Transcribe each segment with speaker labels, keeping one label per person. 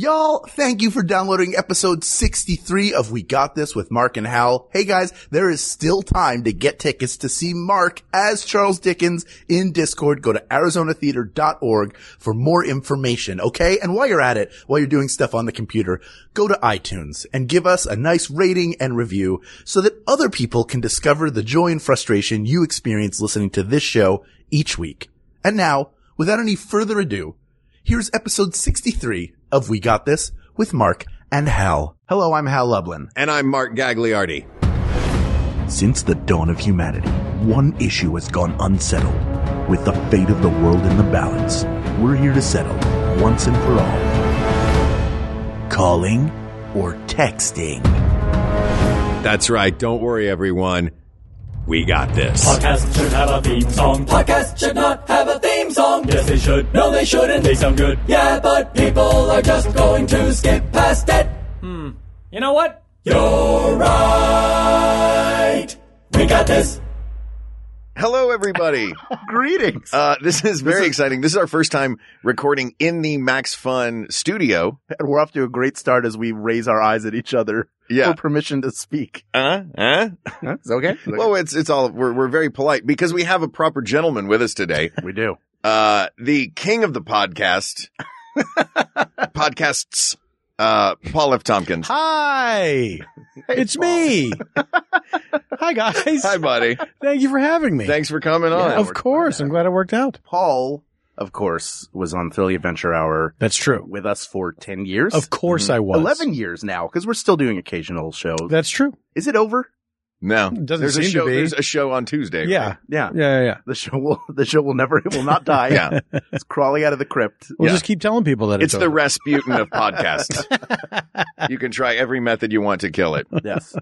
Speaker 1: Y'all, thank you for downloading episode 63 of We Got This with Mark and Hal. Hey guys, there is still time to get tickets to see Mark as Charles Dickens in Discord. Go to arizonatheater.org for more information, okay? And while you're at it, while you're doing stuff on the computer, go to iTunes and give us a nice rating and review so that other people can discover the joy and frustration you experience listening to this show each week. And now, without any further ado, Here's episode 63 of We Got This with Mark and Hal. Hello, I'm Hal Lublin.
Speaker 2: And I'm Mark Gagliardi.
Speaker 1: Since the dawn of humanity, one issue has gone unsettled. With the fate of the world in the balance, we're here to settle once and for all. Calling or texting?
Speaker 2: That's right. Don't worry, everyone. We got this.
Speaker 3: Podcasts should have a theme song. Podcasts should not have a theme song. Yes, they should. No, they shouldn't. They sound good. Yeah, but people are just going to skip past it. Hmm. You know what? You're right. We got this.
Speaker 2: Hello, everybody.
Speaker 1: Greetings.
Speaker 2: Uh, this is very exciting. This is our first time recording in the Max Fun studio.
Speaker 1: And we're off to a great start as we raise our eyes at each other
Speaker 2: Yeah.
Speaker 1: for permission to speak.
Speaker 2: Uh, uh.
Speaker 1: It's okay.
Speaker 2: Well, it's it's all we're we're very polite because we have a proper gentleman with us today.
Speaker 1: we do.
Speaker 2: Uh, the king of the podcast, podcasts. Uh, Paul F. Tompkins.
Speaker 4: Hi, it's me. Hi, guys.
Speaker 2: Hi, buddy.
Speaker 4: Thank you for having me.
Speaker 2: Thanks for coming on.
Speaker 4: of course. I'm glad it worked out.
Speaker 1: Paul, of course, was on Philly Adventure Hour
Speaker 4: That's true.
Speaker 1: with us for 10 years.
Speaker 4: Of course
Speaker 2: Mm-hmm.
Speaker 4: I was.
Speaker 1: 11 years now because we're still doing occasional shows.
Speaker 4: That's true.
Speaker 1: Is it over?
Speaker 2: No,
Speaker 4: Doesn't
Speaker 2: there's a
Speaker 4: seem to
Speaker 2: show.
Speaker 4: be.
Speaker 2: There's a show on Tuesday.
Speaker 4: Yeah.
Speaker 2: right?
Speaker 1: Yeah.
Speaker 4: Yeah, yeah, yeah.
Speaker 1: The show will the show will never it will not die.
Speaker 2: Yeah.
Speaker 1: It's crawling out of the crypt.
Speaker 4: We'll
Speaker 2: Yeah.
Speaker 4: just keep telling people that
Speaker 2: It's
Speaker 4: it's,
Speaker 2: the
Speaker 4: over.
Speaker 2: Rasputin of podcasts. you can try every method you want to kill it.
Speaker 1: Yes.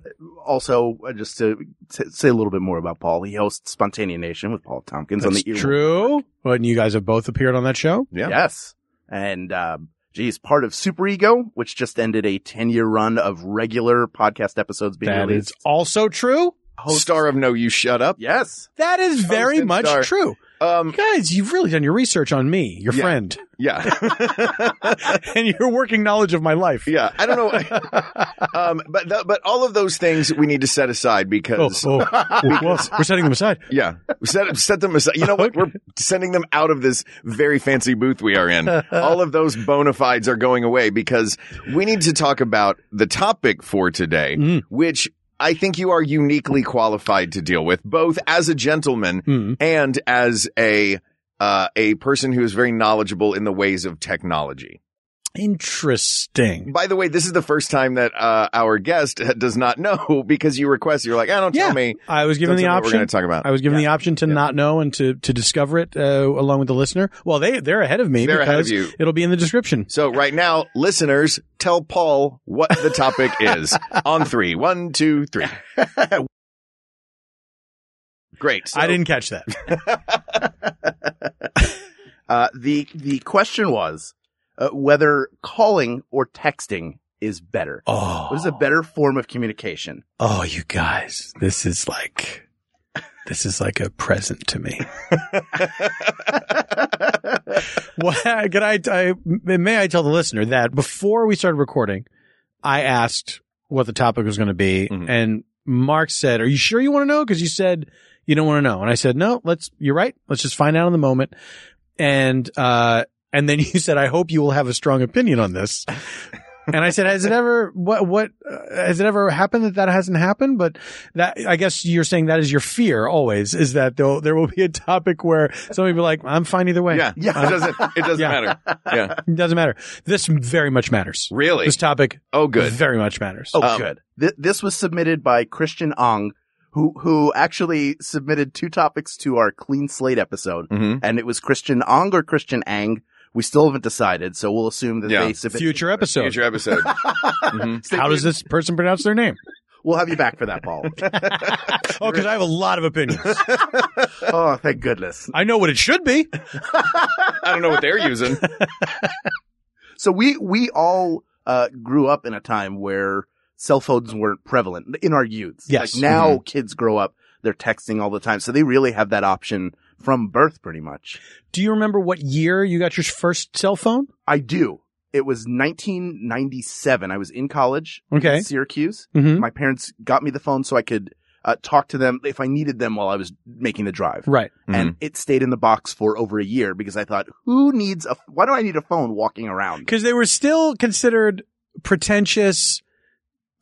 Speaker 1: also, uh, just to t- say a little bit more about Paul, he hosts Spontanea Nation with Paul Tompkins on the
Speaker 4: That's true. Well, and you guys have both appeared on that show.
Speaker 2: Yeah.
Speaker 1: Yes. And um geez, part of Super Ego, which just ended a 10-year run of regular podcast episodes being
Speaker 4: That
Speaker 1: released.
Speaker 4: is also true.
Speaker 1: Hosts-
Speaker 2: Star of No You Shut Up.
Speaker 1: Yes.
Speaker 4: That is very
Speaker 2: good
Speaker 4: much
Speaker 2: start.
Speaker 4: true.
Speaker 2: Um,
Speaker 4: You guys, you've really done your research on me, your
Speaker 2: Yeah.
Speaker 4: friend,
Speaker 2: yeah.
Speaker 4: and your working knowledge of my life.
Speaker 2: yeah. I don't know. um, but, th- but all of those things we need to set aside
Speaker 4: Oh,
Speaker 2: because.
Speaker 4: oh, well, we're setting them aside.
Speaker 2: Yeah, set set them aside. You know what? We're sending them out of this very fancy booth we are in. All of those bona fides are going away because we need to talk about the topic for today,
Speaker 4: Mm.
Speaker 2: which I think you are uniquely qualified to deal with, both as a gentleman
Speaker 4: Hmm.
Speaker 2: and as a uh, a person who is very knowledgeable in the ways of technology.
Speaker 4: Interesting.
Speaker 2: By the way, this is the first time that uh, our guest does not know because you request. You're like, I don't
Speaker 4: Yeah.
Speaker 2: tell me.
Speaker 4: I was given
Speaker 2: Don't
Speaker 4: the
Speaker 2: tell me what we're
Speaker 4: option.
Speaker 2: gonna talk about.
Speaker 4: I was given the option to not know and to to discover it uh, along with the listener. Well, they they're ahead of me.
Speaker 2: They're ahead of
Speaker 4: because
Speaker 2: you.
Speaker 4: It'll be in the description.
Speaker 2: So right now, listeners, tell Paul what the topic is on three. One, two, three. Great. So,
Speaker 4: I didn't catch that.
Speaker 1: Uh, the the question was uh, whether calling or texting is better.
Speaker 4: Oh,
Speaker 1: What is a better form of communication?
Speaker 4: oh, you guys, this is like this is like a present to me. well, can I, I may I tell the listener that before we started recording, I asked what the topic was going to be,
Speaker 2: Mhm.
Speaker 4: and Mark said, "Are you sure you want to know?" Because you said you don't want to know, and I said, "No, let's. You're right. Let's just find out in the moment." And uh, and then you said, "I hope you will have a strong opinion on this." and I said, "Has it ever what what uh, has it ever happened that that hasn't happened?" But that I guess you're saying that is your fear always is that there there will be a topic where somebody will be like, "I'm fine either way."
Speaker 2: yeah,
Speaker 1: Yeah.
Speaker 2: It doesn't. It doesn't
Speaker 4: Yeah.
Speaker 2: matter. Yeah.
Speaker 4: It doesn't matter. This very much matters.
Speaker 2: Really?
Speaker 4: This topic
Speaker 2: Oh, good.
Speaker 4: very much matters.
Speaker 1: Oh,
Speaker 2: Um,
Speaker 1: good. Th- this was submitted by Christian Ong, who who actually submitted two topics to our clean slate episode,
Speaker 2: Mm-hmm.
Speaker 1: and it was Christian Ong or Christian Ang. We still haven't decided, so we'll assume that
Speaker 2: Yeah.
Speaker 1: they submitted.
Speaker 4: Future episode.
Speaker 2: Future episode. Mhm.
Speaker 1: Stay
Speaker 4: How does
Speaker 1: tuned.
Speaker 4: this person pronounce their name?
Speaker 1: We'll have you back for that, Paul.
Speaker 4: Oh, because I have a lot of opinions.
Speaker 1: oh, thank goodness.
Speaker 4: I know what it should be.
Speaker 2: I don't know what they're using.
Speaker 1: So we we all uh, grew up in a time where cell phones weren't prevalent in our youth.
Speaker 4: Yes.
Speaker 1: Like now kids grow up, they're texting all the time, so they really have that option from birth, pretty much.
Speaker 4: Do you remember what year you got your first cell phone?
Speaker 1: I do. It was 1997. I was in college,
Speaker 4: Okay.
Speaker 1: in Syracuse.
Speaker 2: Mm-hmm.
Speaker 4: Mhm.
Speaker 1: My parents got me the phone so I could uh, talk to them if I needed them while I was making the drive.
Speaker 4: Right.
Speaker 1: And it stayed in the box for over a year because I thought, who needs a? Why do I need a phone walking around?
Speaker 4: Because they were still considered pretentious,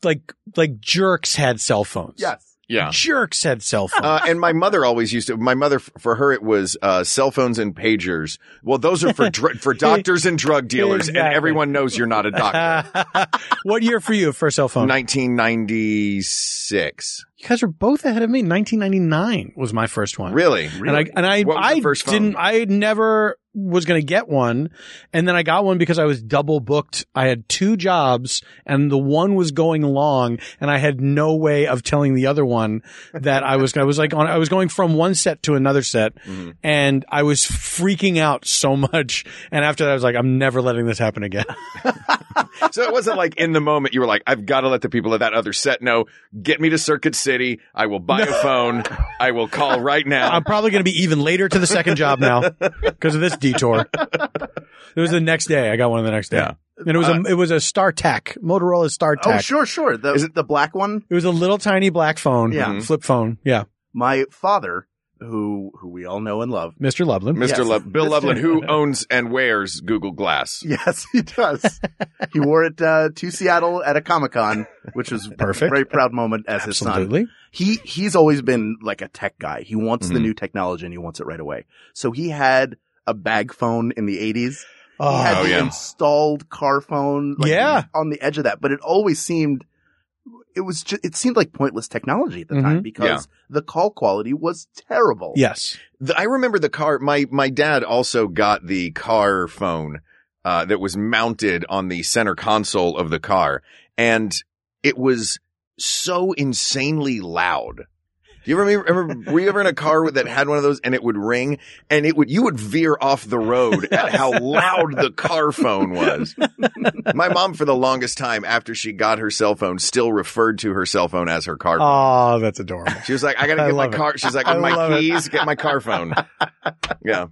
Speaker 4: like like jerks had cell phones.
Speaker 1: Yes.
Speaker 2: Yeah.
Speaker 4: Jerks had cell phones.
Speaker 2: Uh, and my mother always used to. My mother, for her, it was uh, cell phones and pagers. Well, those are for dr- for doctors and drug dealers, and
Speaker 4: Exactly.
Speaker 2: everyone knows you're not a doctor.
Speaker 4: what year for you for cell phone?
Speaker 2: 1996.
Speaker 4: you guys are both ahead of me. 1999 was my first one.
Speaker 2: Really?
Speaker 4: And I and
Speaker 2: What was
Speaker 4: I, I
Speaker 2: the first phone?
Speaker 4: didn't I never was going to get one and then I got one because I was double booked. I had two jobs and the one was going long and I had no way of telling the other one that I was I was like on I was going from one set to another set
Speaker 2: Mhm.
Speaker 4: and I was freaking out so much and after that I was like I'm never letting this happen again.
Speaker 2: So it wasn't like in the moment you were like, I've got to let the people of that other set know. Get me to Circuit City. I will buy a phone. I will call right now.
Speaker 4: I'm probably going to be even later to the second job now because of this detour. It was the next day. I got one the next day.
Speaker 2: Yeah. Uh,
Speaker 4: And it was a it was a StarTAC, Motorola StarTAC.
Speaker 1: Oh, sure, sure. The,
Speaker 2: Is
Speaker 1: Is it the black one?
Speaker 4: It was a little tiny black phone, Mm-hmm.
Speaker 1: Yeah.
Speaker 4: flip phone. Yeah,
Speaker 1: My father, who who we all know and love.
Speaker 4: Mr. Loveland.
Speaker 2: Mr.
Speaker 1: Yes.
Speaker 2: Lo- Bill Loveland, who owns and wears Google Glass.
Speaker 1: Yes, he does. he wore it uh, to Seattle at a Comic Con, which was
Speaker 4: Perfect.
Speaker 1: a very proud moment as his son.
Speaker 4: Absolutely.
Speaker 1: he he's always been like a tech guy. He wants the
Speaker 2: Mhm.
Speaker 1: new technology and he wants it right away. So he had a bag phone in the 80s. He had
Speaker 2: Oh,
Speaker 1: the
Speaker 2: yeah.
Speaker 1: installed car phone like,
Speaker 4: Yeah.
Speaker 1: on the edge of that, but it always seemed it was ju- it seemed like pointless technology at the time because
Speaker 2: Yeah.
Speaker 1: the call quality was terrible.
Speaker 4: yes.
Speaker 2: The, I remember the car. My my dad also got the car phone uh, that was mounted on the center console of the car, and it was so insanely loud. Do you remember, remember? Were you ever in a car with- that had one of those, and it would ring, and it would you would veer off the road at how loud the car phone was. My mom, for the longest time after she got her cell phone, still referred to her cell phone as her car phone.
Speaker 4: Oh, that's adorable.
Speaker 2: She was like, I gotta
Speaker 4: I
Speaker 2: get my
Speaker 4: love it.
Speaker 2: car. She's like,
Speaker 4: I
Speaker 2: on
Speaker 4: love
Speaker 2: my
Speaker 4: it.
Speaker 2: keys, get my car phone. Yeah.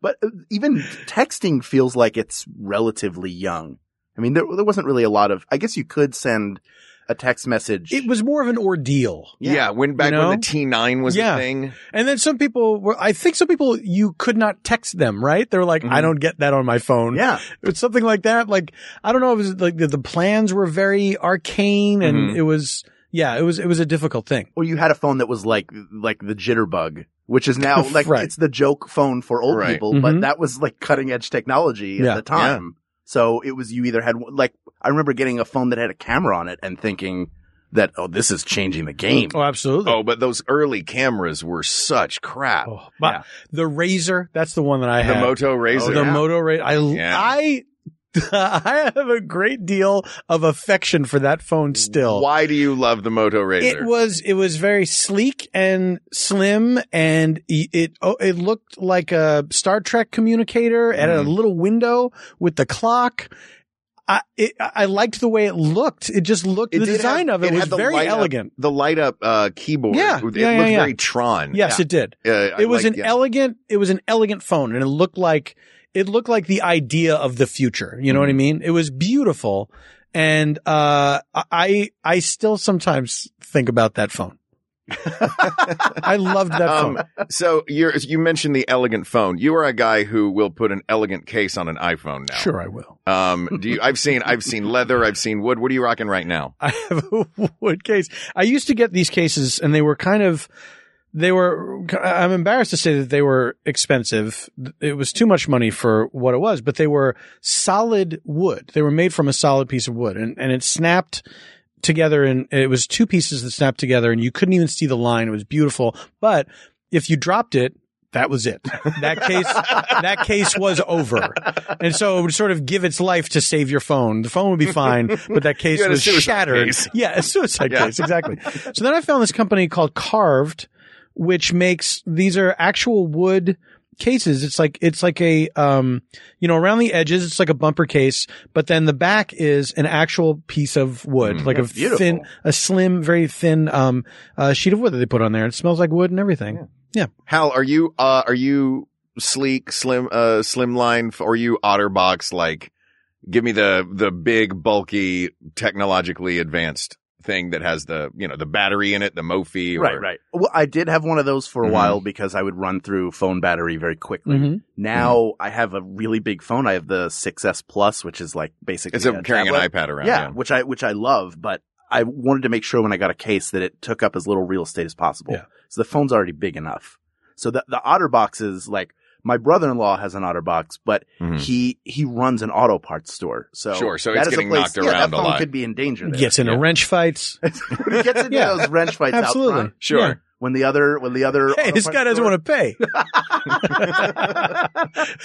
Speaker 1: But uh, even texting feels like it's relatively young. I mean, there, there wasn't really a lot of. I guess you could send a text message.
Speaker 4: It was more of an ordeal.
Speaker 2: Yeah. When back
Speaker 4: You know?
Speaker 2: when the T9 was
Speaker 4: Yeah.
Speaker 2: a thing.
Speaker 4: And then some people were, I think some people, you could not text them, right? They were like, I don't get that on my phone.
Speaker 1: Mm-hmm. yeah,
Speaker 4: It's something like that. Like, I don't know. It was like the, the plans were very arcane and
Speaker 1: Mm-hmm.
Speaker 2: Mhm.
Speaker 4: it was, yeah, it was, it was a difficult thing.
Speaker 1: or you had a phone that was like like the jitterbug, which is now like
Speaker 4: Right.
Speaker 1: it's the joke phone for old
Speaker 2: Right.
Speaker 1: people,
Speaker 4: Mhm.
Speaker 1: but that was like cutting edge technology at
Speaker 4: Yeah.
Speaker 1: the time. So it was you either had like I remember getting a phone that had a camera on it and thinking that oh this is changing the game.
Speaker 4: Oh, absolutely.
Speaker 2: Oh, but those early cameras were such crap.
Speaker 4: Oh, but the razor, that's the one that I
Speaker 2: the
Speaker 4: had. Oh,
Speaker 2: Moto Razor.
Speaker 4: the
Speaker 1: yeah.
Speaker 4: Moto Razor. I,
Speaker 2: Oh, Yeah.
Speaker 4: I, I have a great deal of affection for that phone still.
Speaker 2: Why do you love the Moto Razor?
Speaker 4: It was it was very sleek and slim, and i- it oh, it looked like a Star Trek communicator at a
Speaker 2: Mhm.
Speaker 4: little window with the clock. I it, I liked the way it looked. It just looked
Speaker 2: It
Speaker 4: the
Speaker 2: did
Speaker 4: design
Speaker 2: have-
Speaker 4: of it,
Speaker 2: it
Speaker 4: was
Speaker 2: had the
Speaker 4: very
Speaker 2: light up-
Speaker 4: elegant.
Speaker 2: the light up uh, keyboard.
Speaker 4: Yeah.
Speaker 2: It
Speaker 4: Yeah,
Speaker 2: looked
Speaker 4: yeah, yeah.
Speaker 2: very Tron.
Speaker 4: Yes, it did.
Speaker 2: Yeah. Uh, I
Speaker 4: It was
Speaker 2: liked-
Speaker 4: an
Speaker 2: yeah.
Speaker 4: elegant. It was an elegant phone, and it looked like it looked like the idea of the future. You know
Speaker 2: Mm-hmm.
Speaker 4: what I mean? It was beautiful, and uh, I I still sometimes think about that phone. I loved that
Speaker 2: Um,
Speaker 4: phone.
Speaker 2: so you you mentioned the elegant phone. You are a guy who will put an elegant case on an iPhone now.
Speaker 4: Sure, I will.
Speaker 2: Um, do you? I've seen I've seen leather. I've seen wood. What are you rocking right now?
Speaker 4: I have a wood case. I used to get these cases, and they were kind of. They were. I'm embarrassed to say that they were expensive. It was too much money for what it was, but they were solid wood. They were made from a solid piece of wood, and and it snapped together, and it was two pieces that snapped together, and you couldn't even see the line. It was beautiful, but if you dropped it. That was it. That case, that case was over, and so it would sort of give its life to save your phone. The phone would be fine, but that case
Speaker 2: You had a
Speaker 4: was
Speaker 2: suicide
Speaker 4: shattered.
Speaker 2: case.
Speaker 4: Yeah, a suicide
Speaker 2: Yeah.
Speaker 4: case, exactly. so then I found this company called Carved, which makes these are actual wood cases. It's like it's like a um you know around the edges it's like a bumper case, but then the back is an actual piece of wood,
Speaker 2: Mm.
Speaker 4: like a
Speaker 1: That's beautiful.
Speaker 4: thin, a slim, very thin um uh, sheet of wood that they put on there. It smells like wood and everything.
Speaker 2: Hal, are you uh, are you sleek, slim, uh, slimline, f- or you OtterBox like, give me the the big, bulky, technologically advanced thing that has the you know the battery in it, the Mophie, or,
Speaker 1: Right, right. Well, I did have one of those for a
Speaker 2: Mhm.
Speaker 4: Mm-hmm.
Speaker 1: while because I would run through phone battery very quickly.
Speaker 4: Mhm.
Speaker 1: Now
Speaker 2: Hmm.
Speaker 1: I have a really big phone. I have the 6S Plus, which is like basically
Speaker 2: It's a, carrying
Speaker 1: tablet.
Speaker 2: an iPad around.
Speaker 1: yeah,
Speaker 2: Yeah.
Speaker 1: which I which I love, but I wanted to make sure when I got a case that it took up as little real estate as possible.
Speaker 4: Yeah.
Speaker 1: So the phone's already big enough. So the the OtterBox is like my brother-in-law has an OtterBox, but
Speaker 2: Mhm.
Speaker 1: he he runs an auto parts store. So
Speaker 2: Sure, so
Speaker 1: that
Speaker 2: it's
Speaker 1: is a
Speaker 2: getting
Speaker 1: place-
Speaker 2: knocked
Speaker 1: yeah,
Speaker 2: around
Speaker 1: that
Speaker 2: a
Speaker 1: phone
Speaker 2: lot.
Speaker 1: Could be in danger. There.
Speaker 4: Gets into
Speaker 2: Yeah.
Speaker 4: wrench fights.
Speaker 1: When it gets into
Speaker 4: Yeah.
Speaker 1: those wrench fights out
Speaker 4: Absolutely.
Speaker 1: front,
Speaker 2: Sure.
Speaker 4: Yeah.
Speaker 1: when the other when the other
Speaker 4: Hey,
Speaker 1: auto
Speaker 4: this
Speaker 1: parts
Speaker 4: guy doesn't
Speaker 1: store-
Speaker 4: want to pay.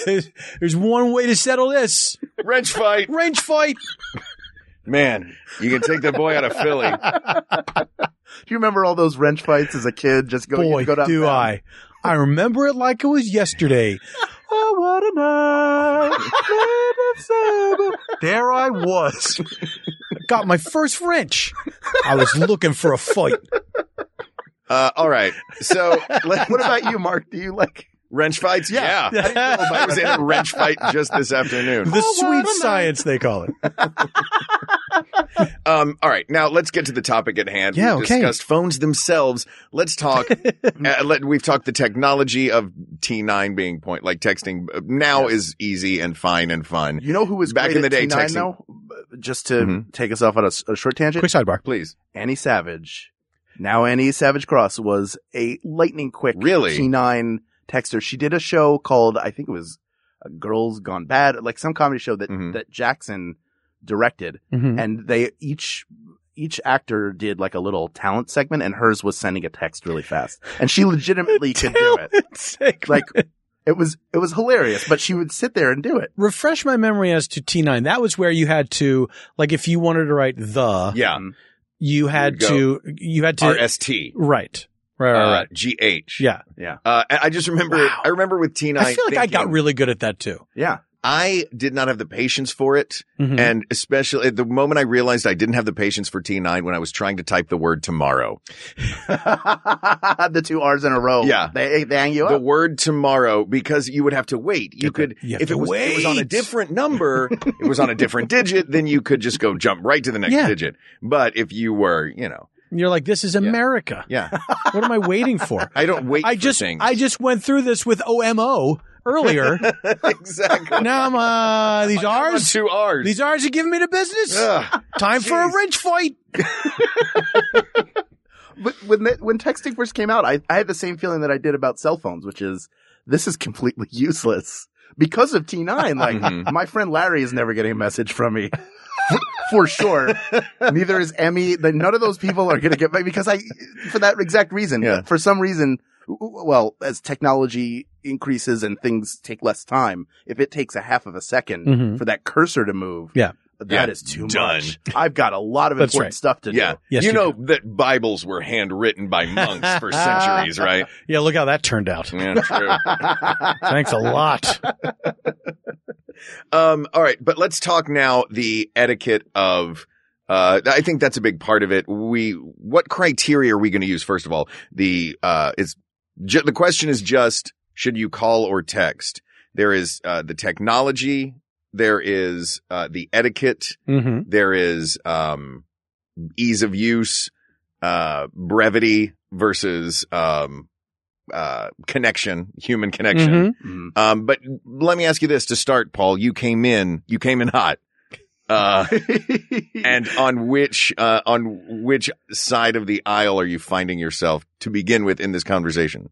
Speaker 4: there's, there's one way to settle this
Speaker 2: Wrench fight,
Speaker 4: wrench fight.
Speaker 2: Mm-hmm. man. You can take the boy out of Philly.
Speaker 1: Do you remember all those wrench fights as a kid? Just go,
Speaker 4: Boy,
Speaker 1: go down,
Speaker 4: do
Speaker 1: down.
Speaker 4: I. I remember it like it was yesterday. oh, what a night. made of sober. There I was. Got my first wrench. I was looking for a fight.
Speaker 2: Uh, all right, so let,
Speaker 1: What about you, Mark? Do you like?
Speaker 2: wrench fights. Yeah, I was in a wrench fight just this afternoon.
Speaker 4: The
Speaker 1: Oh, what
Speaker 4: sweet
Speaker 1: a night.
Speaker 4: science, they call it.
Speaker 2: Um, all right, now let's get to the topic at hand.
Speaker 4: Yeah,
Speaker 2: We've
Speaker 4: okay.
Speaker 2: discussed phones themselves. Let's talk. uh, let, we've talked the technology of T9 being point like texting uh, now is easy and fine and fun.
Speaker 1: You know who was
Speaker 2: Back
Speaker 1: great
Speaker 2: in the
Speaker 1: at
Speaker 2: day,
Speaker 1: T9
Speaker 2: texting-
Speaker 1: though? B- Just to
Speaker 2: Mhm.
Speaker 1: take us off on a, s- a short tangent.
Speaker 4: Quick sidebar.
Speaker 2: Please,
Speaker 1: Annie Savage, now Annie Savage Cross was a lightning quick
Speaker 2: Really?
Speaker 1: T9 texter. She did a show called I think it was uh, Girls Gone Bad, like some comedy show that
Speaker 2: Mhm.
Speaker 1: that Jackson directed,
Speaker 4: Mhm.
Speaker 1: and they each. Each actor did like a little talent segment, and hers was sending a text really fast, and she legitimately could do it. Like it was, it was hilarious. But she would sit there and do it.
Speaker 4: refresh my memory as to T9. That was where you had to, like, if you wanted to write the,
Speaker 2: yeah,
Speaker 4: you had
Speaker 2: You
Speaker 4: to, you had to,
Speaker 2: RST,
Speaker 4: right, right, right,
Speaker 2: uh,
Speaker 4: right.
Speaker 2: GH.
Speaker 4: Yeah.
Speaker 2: uh, and I just remember.
Speaker 1: Wow.
Speaker 2: I remember with T9.
Speaker 1: Uh,
Speaker 4: I feel like I got
Speaker 2: thinking,
Speaker 4: really good at that too.
Speaker 1: Yeah,
Speaker 2: I did not have the patience for it.
Speaker 4: Mhm.
Speaker 2: And especially at the moment I realized I didn't have the patience for T9 when I was trying to type the word tomorrow.
Speaker 1: the two R's in a row.
Speaker 2: Yeah.
Speaker 1: They, they hang you
Speaker 2: The
Speaker 1: up.
Speaker 2: word tomorrow because you would have to wait. You
Speaker 4: Get
Speaker 2: could,
Speaker 4: the- you have
Speaker 2: if
Speaker 4: to
Speaker 2: it was, it was on a
Speaker 4: wait.
Speaker 2: different number, it was on a different digit, then you could just go jump right to the next
Speaker 4: Yeah.
Speaker 2: digit. But if you were, you know,
Speaker 4: And you're like, this is America.
Speaker 2: yeah,
Speaker 4: What am I waiting for?
Speaker 2: I don't wait
Speaker 4: I
Speaker 2: for
Speaker 4: just,
Speaker 2: things.
Speaker 4: I just went through this with OMO earlier.
Speaker 2: exactly.
Speaker 4: now I'm, uh, these
Speaker 2: I'm on
Speaker 4: R's,
Speaker 2: two R's.
Speaker 4: these R's are giving me the business.
Speaker 2: Ugh.
Speaker 4: Time for a
Speaker 2: jeez.
Speaker 4: wrench fight.
Speaker 1: But when the, when texting first came out, I, I had the same feeling that I did about cell phones, which is this is completely useless because of T9. Like
Speaker 2: Mhm.
Speaker 1: my friend Larry is never getting a message from me. For sure. Neither is Emmy. Then None of those people are going to get back because I, for that exact reason,
Speaker 2: Yeah.
Speaker 1: for some reason, w- w- well, as technology increases and things take less time, if it takes a half of a 2nd
Speaker 4: Mhm.
Speaker 1: for that cursor to move,
Speaker 4: Yeah.
Speaker 1: that
Speaker 2: Yeah,
Speaker 1: is too
Speaker 2: done.
Speaker 1: much. I've got a lot of
Speaker 4: That's
Speaker 1: important
Speaker 4: right.
Speaker 1: stuff to
Speaker 2: Yeah.
Speaker 1: do.
Speaker 4: Yes,
Speaker 2: you
Speaker 4: you
Speaker 2: know that Bibles were handwritten by monks for centuries, right?
Speaker 4: Yeah. Look how that turned out.
Speaker 2: Yeah, true.
Speaker 4: Thanks a lot.
Speaker 2: Um, all right, but let's talk now the etiquette of. Uh, I think that's a big part of it. We, what criteria are we going to use? First of all, the uh, it's ju- the question is just should you call or text? There is uh, the technology. There is uh, the etiquette.
Speaker 4: hmm
Speaker 2: There is um, ease of use, uh, brevity versus um, uh, connection, human connection.
Speaker 4: Mm-hmm.
Speaker 1: Mm.
Speaker 2: Um, but let me ask you this to start, Paul. You came in, you came in hot. Uh, and on which, uh, on which side of the aisle are you finding yourself to begin with in this conversation?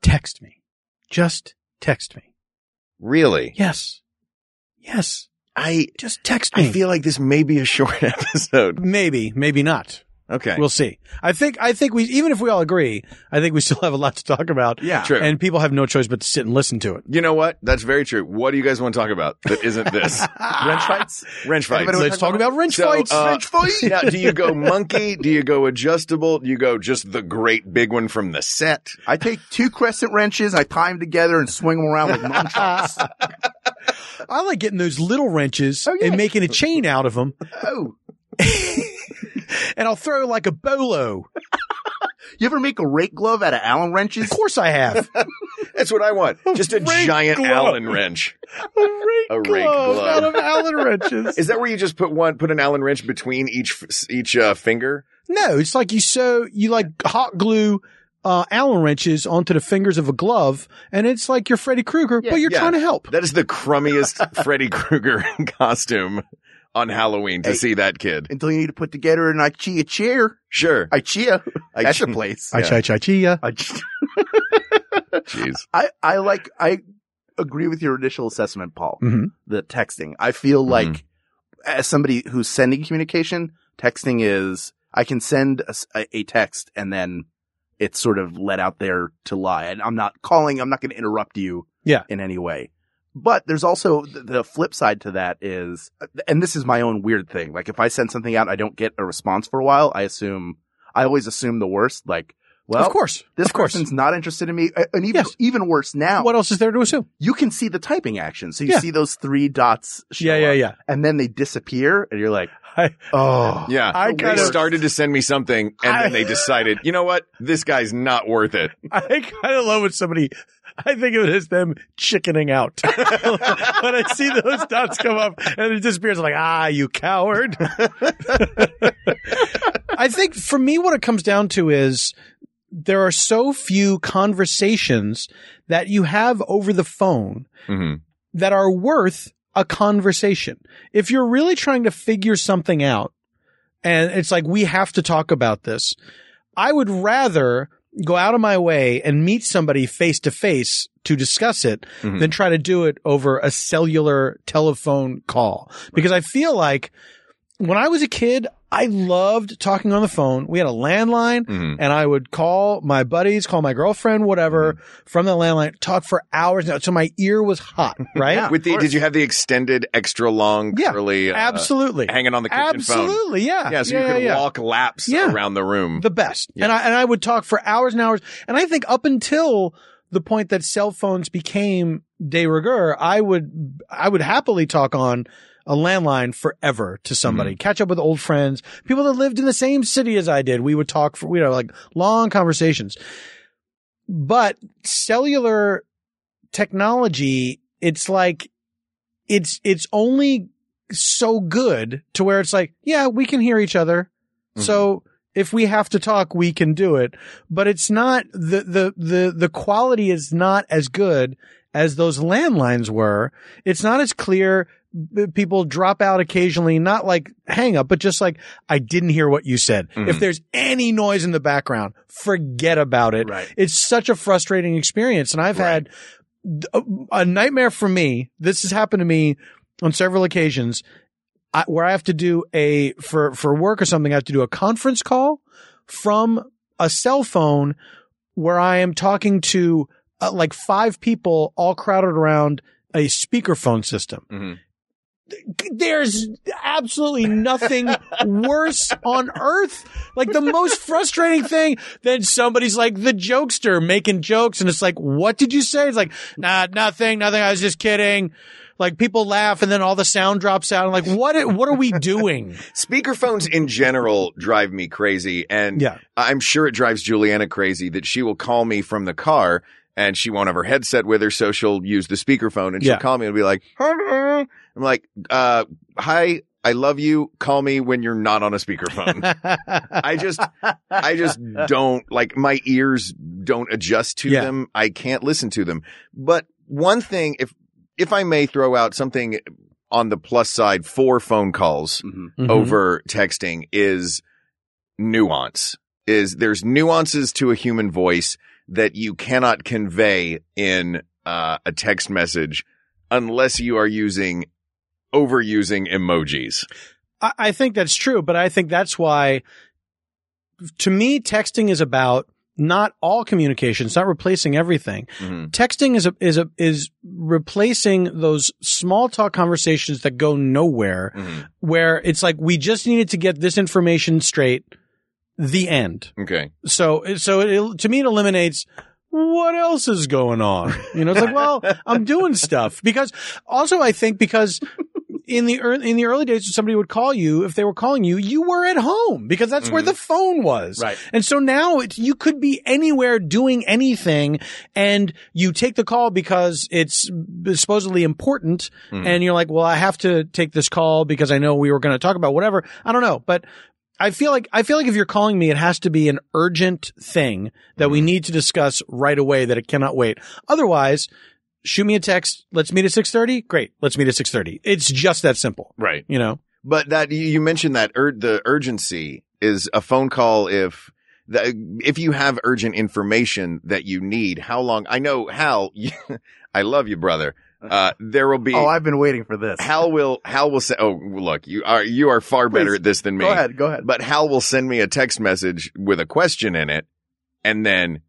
Speaker 4: Text me. Just text me.
Speaker 2: Really?
Speaker 4: Yes. Yes.
Speaker 2: I,
Speaker 4: Just text me.
Speaker 2: I feel like this may be a short episode.
Speaker 4: maybe, maybe not.
Speaker 2: Okay.
Speaker 4: We'll see. I think, I think we, even if we all agree, I think we still have a lot to talk about.
Speaker 1: yeah.
Speaker 2: True.
Speaker 4: And people have no choice but to sit and listen to it.
Speaker 2: you know what? That's very true. What do you guys want to talk about that isn't this?
Speaker 1: Wrench fights?
Speaker 2: Wrench fights.
Speaker 1: Anybody wanna
Speaker 4: Let's talk about wrench
Speaker 2: So,
Speaker 4: fights.
Speaker 2: uh,
Speaker 1: Wrench fight?
Speaker 2: Now, do you go monkey? Do you go adjustable? Do you go just the great big one from the set?
Speaker 1: I take two crescent wrenches, I tie them together and swing them around with nunchucks.
Speaker 4: I like getting those little wrenches
Speaker 1: Oh, yeah.
Speaker 4: and making a chain out of them,
Speaker 1: oh.
Speaker 4: and I'll throw like a bolo.
Speaker 1: You ever make a rake glove out of Allen
Speaker 4: Of
Speaker 1: wrenches?
Speaker 4: course, I have.
Speaker 2: That's what I want. Just a
Speaker 4: rake
Speaker 2: giant
Speaker 4: glove.
Speaker 2: Allen wrench.
Speaker 4: A rake,
Speaker 2: A rake
Speaker 4: glove,
Speaker 2: glove.
Speaker 4: out of Allen wrenches.
Speaker 2: Is that where you just put one, put an Allen wrench between each each uh, finger?
Speaker 4: No, it's like you sew, you like hot glue uh, Allen wrenches onto the fingers of a glove, and it's like you're Freddy Krueger, but you're
Speaker 2: yeah.
Speaker 4: trying to help.
Speaker 2: That is the crummiest Freddy Krueger costume on Halloween to
Speaker 1: Hey.
Speaker 2: see that kid.
Speaker 1: Until you need to put together an Ikea chair.
Speaker 2: Sure.
Speaker 1: Ikea.
Speaker 2: I-
Speaker 1: That's a place.
Speaker 2: Yeah.
Speaker 4: chai chia.
Speaker 1: I just-
Speaker 2: Jeez.
Speaker 1: I, I like, I agree with your initial assessment, Paul.
Speaker 4: Mm-hmm.
Speaker 1: The texting. I feel like
Speaker 2: Mhm.
Speaker 1: as somebody who's sending communication, texting is, I can send a s a a a text and then it's sort of let out there to lie. And I'm not calling, I'm not going to interrupt you
Speaker 4: Yeah.
Speaker 1: in any way. But there's also th- the flip side to that is, uh, and this is my own weird thing. Like if I send something out, I don't get a response for a while. I assume, I always assume the worst. Like, well,
Speaker 4: of course.
Speaker 1: this
Speaker 4: of course.
Speaker 1: person's not interested in me. A- And even,
Speaker 4: Yes.
Speaker 1: even worse now,
Speaker 4: What else is there to assume?
Speaker 1: you can see the typing action. So you
Speaker 4: Yeah.
Speaker 1: see those three dots. show
Speaker 4: Yeah, yeah,
Speaker 1: up,
Speaker 4: yeah.
Speaker 1: And then they disappear and you're like,
Speaker 4: I-
Speaker 1: oh,
Speaker 2: Yeah.
Speaker 4: I
Speaker 2: they
Speaker 4: kind of-
Speaker 2: started to send me something and
Speaker 4: I-
Speaker 2: then they decided, you know what? This guy's not worth it.
Speaker 4: I kind of love when somebody, I think of it as them chickening out. when I see those dots come up and it disappears, I'm like, ah, you coward. I think for me, what it comes down to is there are so few conversations that you have over the phone
Speaker 2: hmm
Speaker 4: that are worth a conversation. If you're really trying to figure something out and it's like, we have to talk about this, I would rather go out of my way and meet somebody face to face to discuss it
Speaker 2: Mhm.
Speaker 4: than try to do it over a cellular telephone call. Because I feel like when I was a kid, I loved talking on the phone. We had a landline
Speaker 2: Mhm.
Speaker 4: and I would call my buddies, call my girlfriend, whatever,
Speaker 2: Hmm.
Speaker 4: from the landline, talk for hours now. So my ear was hot, right?
Speaker 1: Yeah.
Speaker 2: With the,
Speaker 1: course.
Speaker 2: did you have the extended extra long
Speaker 4: Yeah,
Speaker 2: curly, uh,
Speaker 4: Absolutely.
Speaker 2: hanging on the kitchen phone?
Speaker 4: Absolutely. Yeah.
Speaker 2: Yeah. So you could walk laps
Speaker 4: Yeah.
Speaker 2: around the room.
Speaker 4: the best. And I, and I would talk for hours and hours. And I think up until the point that cell phones became de rigueur, I would, I would happily talk on a landline forever to somebody, catch up with old friends, people that lived in the same city as I did. We would talk for, you know, like long conversations, but cellular technology, it's like, it's, it's only so good to where it's like, yeah, we can hear each other. So if we have to talk, we can do it. But it's not the, the, the, the quality is not as good as those landlines were. It's not as clear. B- People drop out occasionally, not like hang up, but just like, I didn't hear what you said.
Speaker 2: Mhm.
Speaker 4: If there's any noise in the background, forget about it.
Speaker 1: Right.
Speaker 4: It's such a frustrating experience. And I've had a, a nightmare for me. This has happened to me on several occasions I, where I have to do a, for, for work or something, I have to do a conference call from a cell phone where I am talking to uh, like five people all crowded around a speakerphone system.
Speaker 2: Mhm.
Speaker 4: There's absolutely nothing worse on earth. Like the most frustrating thing than somebody's like the jokester making jokes and it's like, what did you say? It's like, nah, nothing, nothing. I was just kidding. Like people laugh and then all the sound drops out. I'm like, what, what are we doing?
Speaker 2: Speakerphones in general drive me crazy. And
Speaker 4: Yeah.
Speaker 2: I'm sure it drives Juliana crazy that she will call me from the car and she won't have her headset with her. So she'll use the speakerphone and she'll
Speaker 4: Yeah.
Speaker 2: call me and be like, Hello. I'm like, uh, hi, I love you. Call me when you're not on a speakerphone. I just, I just don't like my ears don't adjust to
Speaker 4: Yeah.
Speaker 2: them. I can't listen to them. But one thing, if, if I may throw out something on the plus side for phone calls,
Speaker 1: Mhm.
Speaker 4: Mm-hmm.
Speaker 2: over texting is nuance is there's nuances to a human voice that you cannot convey in uh, a text message unless you are using overusing emojis
Speaker 4: I, I think that's true, but I think that's why, to me, texting is about not all communication. It's not replacing everything. Texting is a, is a, is replacing those small talk conversations that go nowhere, where it's like we just needed to get this information straight. The end.
Speaker 2: okay
Speaker 4: So, so it, to me, it eliminates what else is going on. You know, it's like, well, I'm doing stuff because also I think because in the ear in the early days, when somebody would call you, if they were calling you, you were at home because that's where
Speaker 2: Mhm.
Speaker 4: the phone was.
Speaker 1: Right.
Speaker 4: And so now it's, you could be anywhere doing anything and you take the call because it's supposedly important.
Speaker 2: Mhm.
Speaker 4: And you're like, well, I have to take this call because I know we were going to talk about whatever. I don't know, but I feel like, I feel like if you're calling me, it has to be an urgent thing that we need to discuss right away that it cannot wait. Otherwise, shoot me a text. Let's meet at 630. Great. Let's meet at 630. It's just that simple,
Speaker 2: Right.
Speaker 4: you know?
Speaker 2: But that you- you mentioned that ur- the urgency is a phone call if the, if you have urgent information that you need. How long? I know Hal. You, I love you, brother. Uh, there will be
Speaker 1: Oh, I've been waiting for this.
Speaker 2: Hal will Hal will say, "Oh, look, you are you are far better
Speaker 1: Please,
Speaker 2: at this than me."
Speaker 1: Go ahead. Go ahead.
Speaker 2: But Hal will send me a text message with a question in it, and then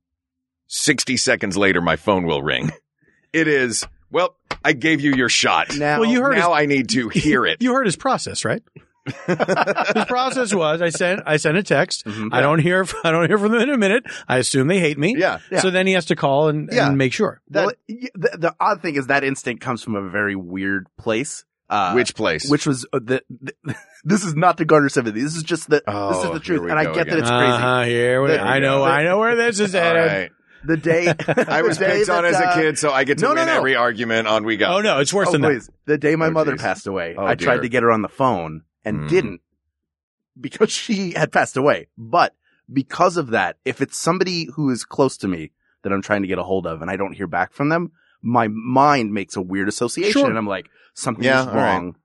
Speaker 2: sixty seconds later, my phone will ring. It is well. I gave you your shot. Now,
Speaker 1: Now,
Speaker 4: Well, you heard his-
Speaker 2: I need to hear it.
Speaker 4: You heard his process, right? his process was I sent, I sent a text.
Speaker 2: Mm-hmm.
Speaker 1: Mhm.
Speaker 4: I don't hear, I don't hear from them in a minute. I assume they hate me.
Speaker 2: yeah.
Speaker 1: Yeah.
Speaker 4: So then he has to call and,
Speaker 2: Yeah.
Speaker 4: and make sure.
Speaker 1: Well, y- the, the odd thing is that instinct comes from a very weird place. Uh,
Speaker 2: Which place?
Speaker 1: which was uh, the, the this is not the Gardner Seventy. This is just the this
Speaker 2: Oh,
Speaker 1: is the
Speaker 2: here
Speaker 1: truth,
Speaker 2: we
Speaker 1: and I
Speaker 2: go
Speaker 1: get that
Speaker 2: again.
Speaker 1: it's crazy.
Speaker 4: Uh-huh, here we-
Speaker 1: There
Speaker 4: I
Speaker 2: we
Speaker 4: know,
Speaker 2: go.
Speaker 4: I know where this is
Speaker 2: All
Speaker 4: at.
Speaker 2: right.
Speaker 1: The day
Speaker 2: I was
Speaker 1: the day
Speaker 2: picked on
Speaker 1: that,
Speaker 2: as a
Speaker 1: uh,
Speaker 2: kid, so I get to
Speaker 1: no, no,
Speaker 2: win
Speaker 1: no.
Speaker 2: every argument on We Got.
Speaker 4: Oh no, it's worse
Speaker 1: oh,
Speaker 4: than
Speaker 1: please, the day my
Speaker 2: Oh,
Speaker 1: mother
Speaker 2: geez.
Speaker 1: passed away,
Speaker 2: Oh,
Speaker 1: I tried
Speaker 2: dear.
Speaker 1: to get her on the phone and
Speaker 2: Mm.
Speaker 1: didn't because she had passed away. But because of that, if it's somebody who is close to me that I'm trying to get a hold of and I don't hear back from them, my mind makes a weird association
Speaker 4: Sure.
Speaker 1: and I'm like, something
Speaker 2: Yeah,
Speaker 1: is
Speaker 2: all right.
Speaker 1: wrong.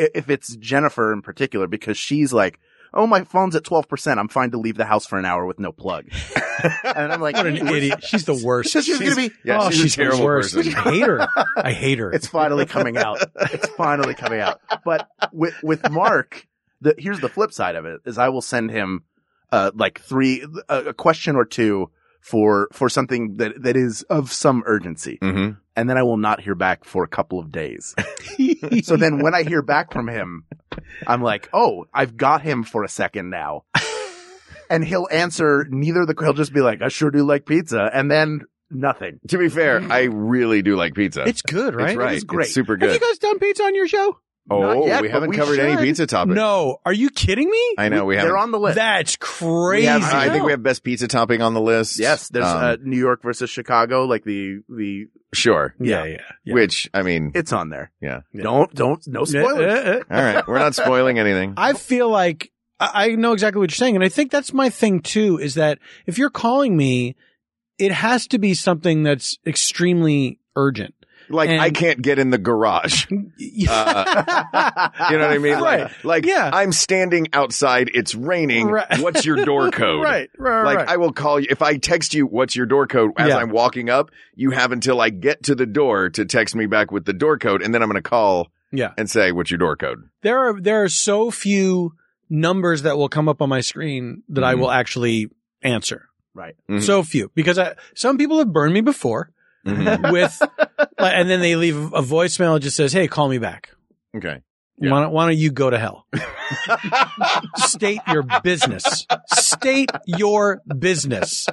Speaker 1: I- If it's Jennifer in particular, because she's like, Oh, my phone's at 12%. I'm fine to leave the house for an hour with no plug. and I'm like,
Speaker 4: that. What an idiot! She's the worst.
Speaker 1: Because she's going to be,
Speaker 2: Yeah,
Speaker 4: oh,
Speaker 2: she's,
Speaker 4: she's,
Speaker 2: a terrible
Speaker 4: the worst.
Speaker 2: person.
Speaker 4: I hate her. I hate her.
Speaker 1: It's finally coming out. It's finally coming out. But with with Mark, the here's the flip side of it is I will send him uh like three a, a question or two for for something that that is of some urgency,
Speaker 2: Mhm.
Speaker 1: and then I will not hear back for a couple of days. So then when I hear back from him, I'm like, oh, I've got him for a second now. And he'll answer neither of the, he'll just be like, I sure do like pizza. And then nothing.
Speaker 2: To be fair, I really do like pizza.
Speaker 4: It's good, right?
Speaker 2: It's right.
Speaker 1: Mm. It's great.
Speaker 2: super
Speaker 4: Have you
Speaker 2: good.
Speaker 4: guys done pizza on your show?
Speaker 2: Oh,
Speaker 1: Not yet,
Speaker 2: we
Speaker 1: but
Speaker 2: haven't
Speaker 1: we
Speaker 2: covered any
Speaker 1: should.
Speaker 2: pizza topic.
Speaker 4: No. Are you kidding me?
Speaker 2: I know we
Speaker 1: They're
Speaker 2: haven't.
Speaker 1: on the list.
Speaker 4: That's crazy.
Speaker 1: have-
Speaker 2: I think we have best pizza topping on the list.
Speaker 1: Yes, there's
Speaker 2: Um,
Speaker 1: uh, New York versus Chicago, like the the
Speaker 2: sure.
Speaker 4: Yeah, yeah. yeah.
Speaker 2: Which I mean,
Speaker 1: it's on there.
Speaker 2: Yeah.
Speaker 1: Don't don't no spoilers.
Speaker 4: Uh, uh, uh.
Speaker 2: all right, we're not spoiling anything.
Speaker 4: I feel like I I know exactly what you're saying, and I think that's my thing too. Is that if you're calling me, it has to be something that's extremely urgent.
Speaker 2: Like
Speaker 4: and-
Speaker 2: I can't get in the garage.
Speaker 1: Uh,
Speaker 2: You know what I mean?
Speaker 4: Right.
Speaker 2: Like, like
Speaker 4: Yeah.
Speaker 2: I'm standing outside. It's raining.
Speaker 4: Right.
Speaker 2: What's your door code?
Speaker 4: right, right,
Speaker 2: Like
Speaker 4: right.
Speaker 2: I will call you if I text you what's your door code as
Speaker 4: Yeah.
Speaker 2: I'm walking up, you have until I get to the door to text me back with the door code and then I'm going to call
Speaker 4: Yeah.
Speaker 2: and say what's your door code.
Speaker 4: there are there are so few numbers that will come up on my screen that I
Speaker 2: Mhm.
Speaker 4: will actually answer.
Speaker 1: Right.
Speaker 2: Mhm.
Speaker 4: So few because I, some people have burned me before
Speaker 2: Mhm.
Speaker 4: with, like, and then they leave a voicemail that just says, "Hey, call me back.
Speaker 2: okay.
Speaker 4: Why, don't, why don't you go to hell? State your business. State your business.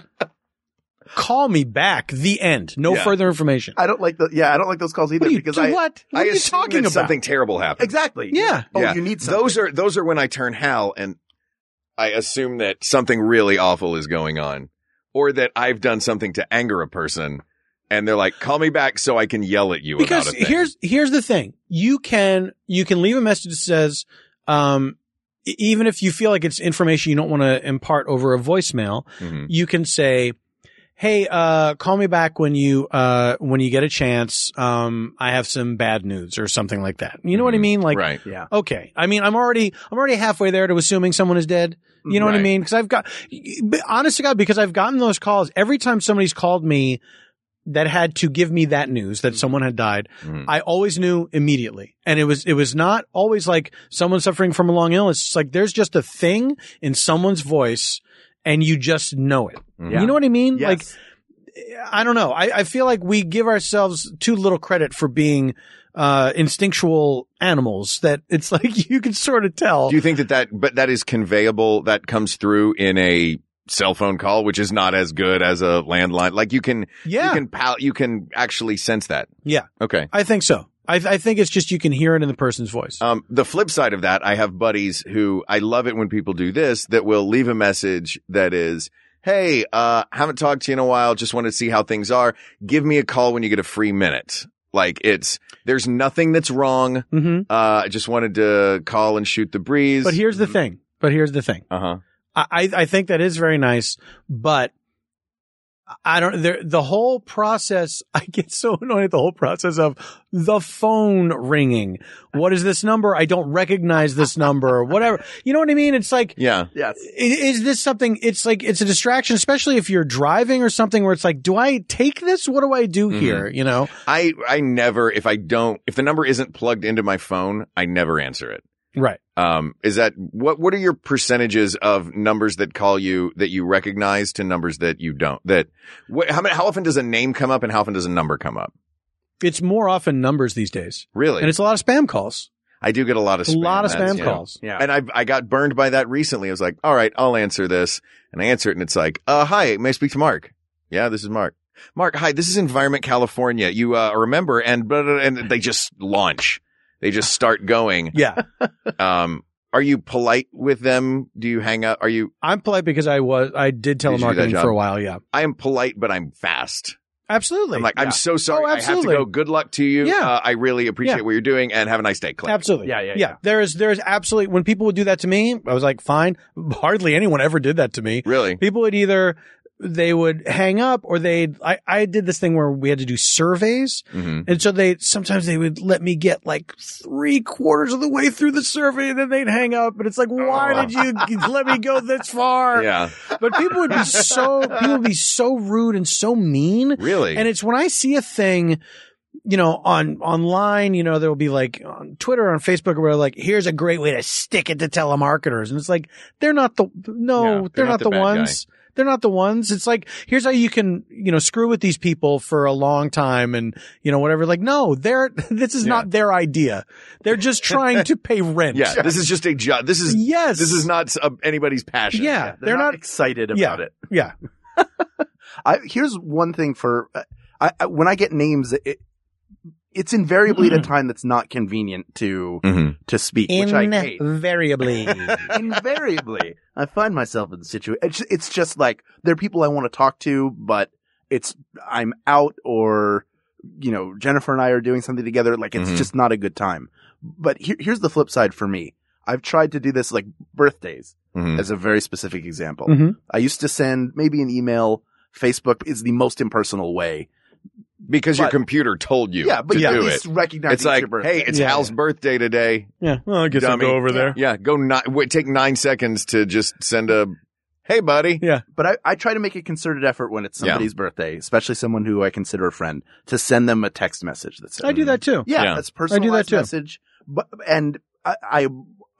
Speaker 4: Call me back. The end. No
Speaker 2: Yeah.
Speaker 4: further information.
Speaker 1: I don't like the yeah, I don't like those calls either
Speaker 4: what are you,
Speaker 1: because
Speaker 4: do-
Speaker 1: I
Speaker 4: what? What
Speaker 2: I
Speaker 4: are you
Speaker 2: assume
Speaker 4: talking
Speaker 2: that
Speaker 4: about?
Speaker 2: something terrible happened.
Speaker 1: exactly.
Speaker 4: Yeah.
Speaker 1: Oh,
Speaker 2: Yeah.
Speaker 1: you need something.
Speaker 2: Those are those are when I turn Hal and I assume that something really awful is going on or that I've done something to anger a person and they're like call me back so I can yell at you
Speaker 4: because
Speaker 2: about it.
Speaker 4: here's here's the thing you can you can leave a message that says um e- even if you feel like it's information you don't want to impart over a voicemail
Speaker 2: Mm-hmm.
Speaker 4: you can say hey uh call me back when you uh when you get a chance um i have some bad news or something like that you know what i
Speaker 2: Mhm.
Speaker 4: mean like
Speaker 2: right.
Speaker 1: yeah.
Speaker 4: okay i mean i'm already i'm already halfway there to assuming someone is dead you know what i
Speaker 2: Right.
Speaker 4: mean because i've got but honest to god because i've gotten those calls every time somebody's called me that had to give me that news
Speaker 2: Mm-hmm.
Speaker 4: that someone had died
Speaker 2: Mhm.
Speaker 4: i always knew immediately and it was it was not always like someone suffering from a long illness it's like there's just a thing in someone's voice and you just know it
Speaker 2: Mhm.
Speaker 4: you know what i mean
Speaker 1: Yes.
Speaker 4: like I don't know. I, I feel like we give ourselves too little credit for being uh, instinctual animals. That it's like you can sort of tell.
Speaker 2: Do you think that that but that is conveyable? That comes through in a cell phone call, which is not as good as a landline. Like you can,
Speaker 4: yeah,
Speaker 2: you can pal, you can actually sense that.
Speaker 4: Yeah.
Speaker 2: Okay.
Speaker 4: I think so. I, I think it's just you can hear it in the person's voice.
Speaker 2: Um, the flip side of that, I have buddies who I love it when people do this that will leave a message that is, Hey, uh, haven't talked to you in a while. Just wanted to see how things are. Give me a call when you get a free minute. Like it's, there's nothing that's wrong. Uh,
Speaker 4: hmm
Speaker 2: I just wanted to call and shoot the breeze.
Speaker 4: But here's the thing. But here's the thing.
Speaker 2: uh huh.
Speaker 4: I, I I think that is very nice, but I don't. There, the whole process. I get so annoyed at the whole process of the phone ringing. What is this number? I don't recognize this number. Whatever. You know what I mean? It's like.
Speaker 2: Yeah.
Speaker 1: Yes.
Speaker 4: i- Is this something? It's like it's a distraction, especially if you're driving or something. Where it's like, do I take this? What do I do
Speaker 2: Mhm.
Speaker 4: here? You know,
Speaker 2: I, I never, if I don't, if the number isn't plugged into my phone, I never answer it.
Speaker 4: right?
Speaker 2: Um, is that what, what are your percentages of numbers that call you that you recognize to numbers that you don't, that what, how many, how often does a name come up and how often does a number come up?
Speaker 4: It's more often numbers these days,
Speaker 2: Really?
Speaker 4: and it's a lot of spam calls.
Speaker 2: I do get a lot of
Speaker 4: A
Speaker 2: spam.
Speaker 4: lot of
Speaker 2: that's-
Speaker 4: spam
Speaker 2: yeah.
Speaker 4: calls.
Speaker 1: Yeah.
Speaker 2: And I, I got burned by that recently. I was like, all right, I'll answer this. And I answer it and it's like, uh, hi, may I speak to Mark? Yeah, this is Mark. Mark, hi, this is Environment California. You, uh, remember and, blah, blah, blah, and they just launch. They just start going.
Speaker 4: Yeah,
Speaker 2: Um, are you polite with them? Do you hang up? Are you,
Speaker 4: I'm polite because I was I did
Speaker 2: you do that
Speaker 4: telemarketing
Speaker 2: job?
Speaker 4: for a while. Yeah,
Speaker 2: I am polite, but I'm fast.
Speaker 4: absolutely.
Speaker 2: I'm like,
Speaker 1: Yeah.
Speaker 2: I'm so sorry.
Speaker 4: Oh,
Speaker 2: I have to
Speaker 4: absolutely.
Speaker 2: go. Good luck to you.
Speaker 4: Yeah.
Speaker 2: Uh, I really appreciate
Speaker 4: Yeah.
Speaker 2: what you're doing and have a nice day, Clint.
Speaker 4: Absolutely.
Speaker 1: Yeah, yeah, yeah.
Speaker 4: There is, there is absolutely, when people would do that to me, I was like, fine. Hardly anyone ever did that to me.
Speaker 2: Really?
Speaker 4: People would either, they would hang up or they'd, I, I did this thing where we had to do surveys.
Speaker 2: Mm-hmm.
Speaker 4: And so they, sometimes they would let me get like three quarters of the way through the survey and then they'd hang up. And it's like, why did you g- let me go this far?
Speaker 2: Yeah.
Speaker 4: But people would be so, people would be so rude and so mean.
Speaker 2: Really?
Speaker 4: And it's when I see a thing, you know, on online, you know, there'll be like on Twitter, on Facebook, where like, here's a great way to stick it to telemarketers, and it's like they're not the no,
Speaker 2: Yeah,
Speaker 4: they're, not, the,
Speaker 2: bad
Speaker 4: ones. They're not the ones. It's like here's how you can you know screw with these people for a long time and you know whatever. Like no, they're this is
Speaker 2: Yeah.
Speaker 4: not their idea. They're just trying to pay rent.
Speaker 2: yeah. This is just a job. This is,
Speaker 4: Yes.
Speaker 2: This is not uh, anybody's passion.
Speaker 4: Yeah.
Speaker 1: they're, not, excited about
Speaker 4: Yeah.
Speaker 1: it.
Speaker 4: Yeah.
Speaker 1: I, here's one thing for I, I, when I get names, it, it's invariably at a
Speaker 4: Mm-hmm.
Speaker 1: time that's not convenient to
Speaker 2: Mhm.
Speaker 1: to speak, which I hate.
Speaker 4: Invariably.
Speaker 1: Invariably, I find myself in the situation. It's, it's just like there are people I want to talk to, but it's I'm out or you know Jennifer and I are doing something together. Like it's
Speaker 2: Mhm.
Speaker 1: just not a good time. But here, here's the flip side for me. I've tried to do this like birthdays
Speaker 2: Mhm.
Speaker 1: as a very specific example.
Speaker 4: Mhm.
Speaker 1: I used to send maybe an email. Facebook is the most impersonal way.
Speaker 2: Because your
Speaker 1: But-
Speaker 2: computer told you
Speaker 1: yeah, but
Speaker 2: to
Speaker 1: you at
Speaker 2: do
Speaker 1: least
Speaker 2: it.
Speaker 1: recognize
Speaker 2: It's like,
Speaker 1: your birthday.
Speaker 2: hey, it's
Speaker 4: Yeah,
Speaker 2: Hal's birthday today.
Speaker 4: Yeah. Well, I guess I'll
Speaker 2: Dummy.
Speaker 4: go over there.
Speaker 2: Yeah, go ni- wait, take nine seconds to just send a, hey, buddy.
Speaker 1: but I, I try to make a concerted effort when it's
Speaker 2: Yeah.
Speaker 1: somebody's birthday, especially someone who I consider a friend, to send them a text message that says, "Mm,
Speaker 4: I do that too.
Speaker 1: Yeah,
Speaker 2: Yeah.
Speaker 1: that's
Speaker 4: that
Speaker 1: personalized
Speaker 4: too.
Speaker 1: message. But and I, I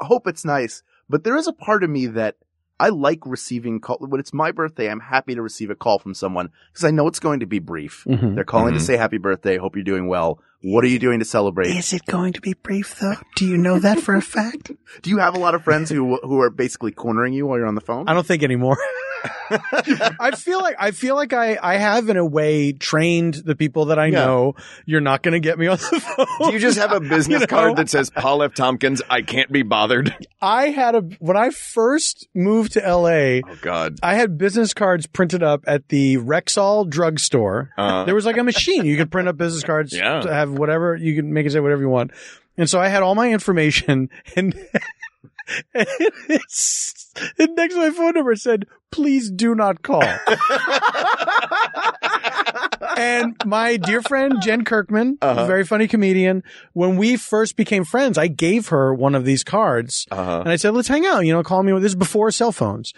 Speaker 1: hope it's nice. But there is a part of me that I like receiving call when it's my birthday. I'm happy to receive a call from someone because I know it's going to be brief.
Speaker 4: Mhm.
Speaker 1: They're calling
Speaker 2: Mhm.
Speaker 1: to say happy birthday. Hope you're doing well. What are you doing to celebrate?
Speaker 4: Is it going to be brief though? Do you know that for a fact?
Speaker 1: Do you have a lot of friends who who are basically cornering you while you're on the phone?
Speaker 4: I don't think anymore. I feel like I feel like I I have in a way trained the people that I
Speaker 2: Yeah.
Speaker 4: know. You're not going to get me on the phone.
Speaker 2: Do you just have a business
Speaker 4: You know?
Speaker 2: card that says Paul F. Tompkins? I can't be bothered.
Speaker 4: I had a when I first moved to LA.
Speaker 2: Oh God.
Speaker 4: I had business cards printed up at the Rexall drugstore.
Speaker 2: Uh,
Speaker 4: There was like a machine you could print up business cards
Speaker 2: Yeah.
Speaker 4: to have whatever you can make it say whatever you want. And so I had all my information and, and, it's, and next to my phone number it said, please do not call. and my dear friend Jen Kirkman,
Speaker 2: Uh-huh.
Speaker 4: a very funny comedian, when we first became friends, I gave her one of these cards
Speaker 2: uh-huh.
Speaker 4: and I said, let's hang out, you know, call me. This is before cell phones.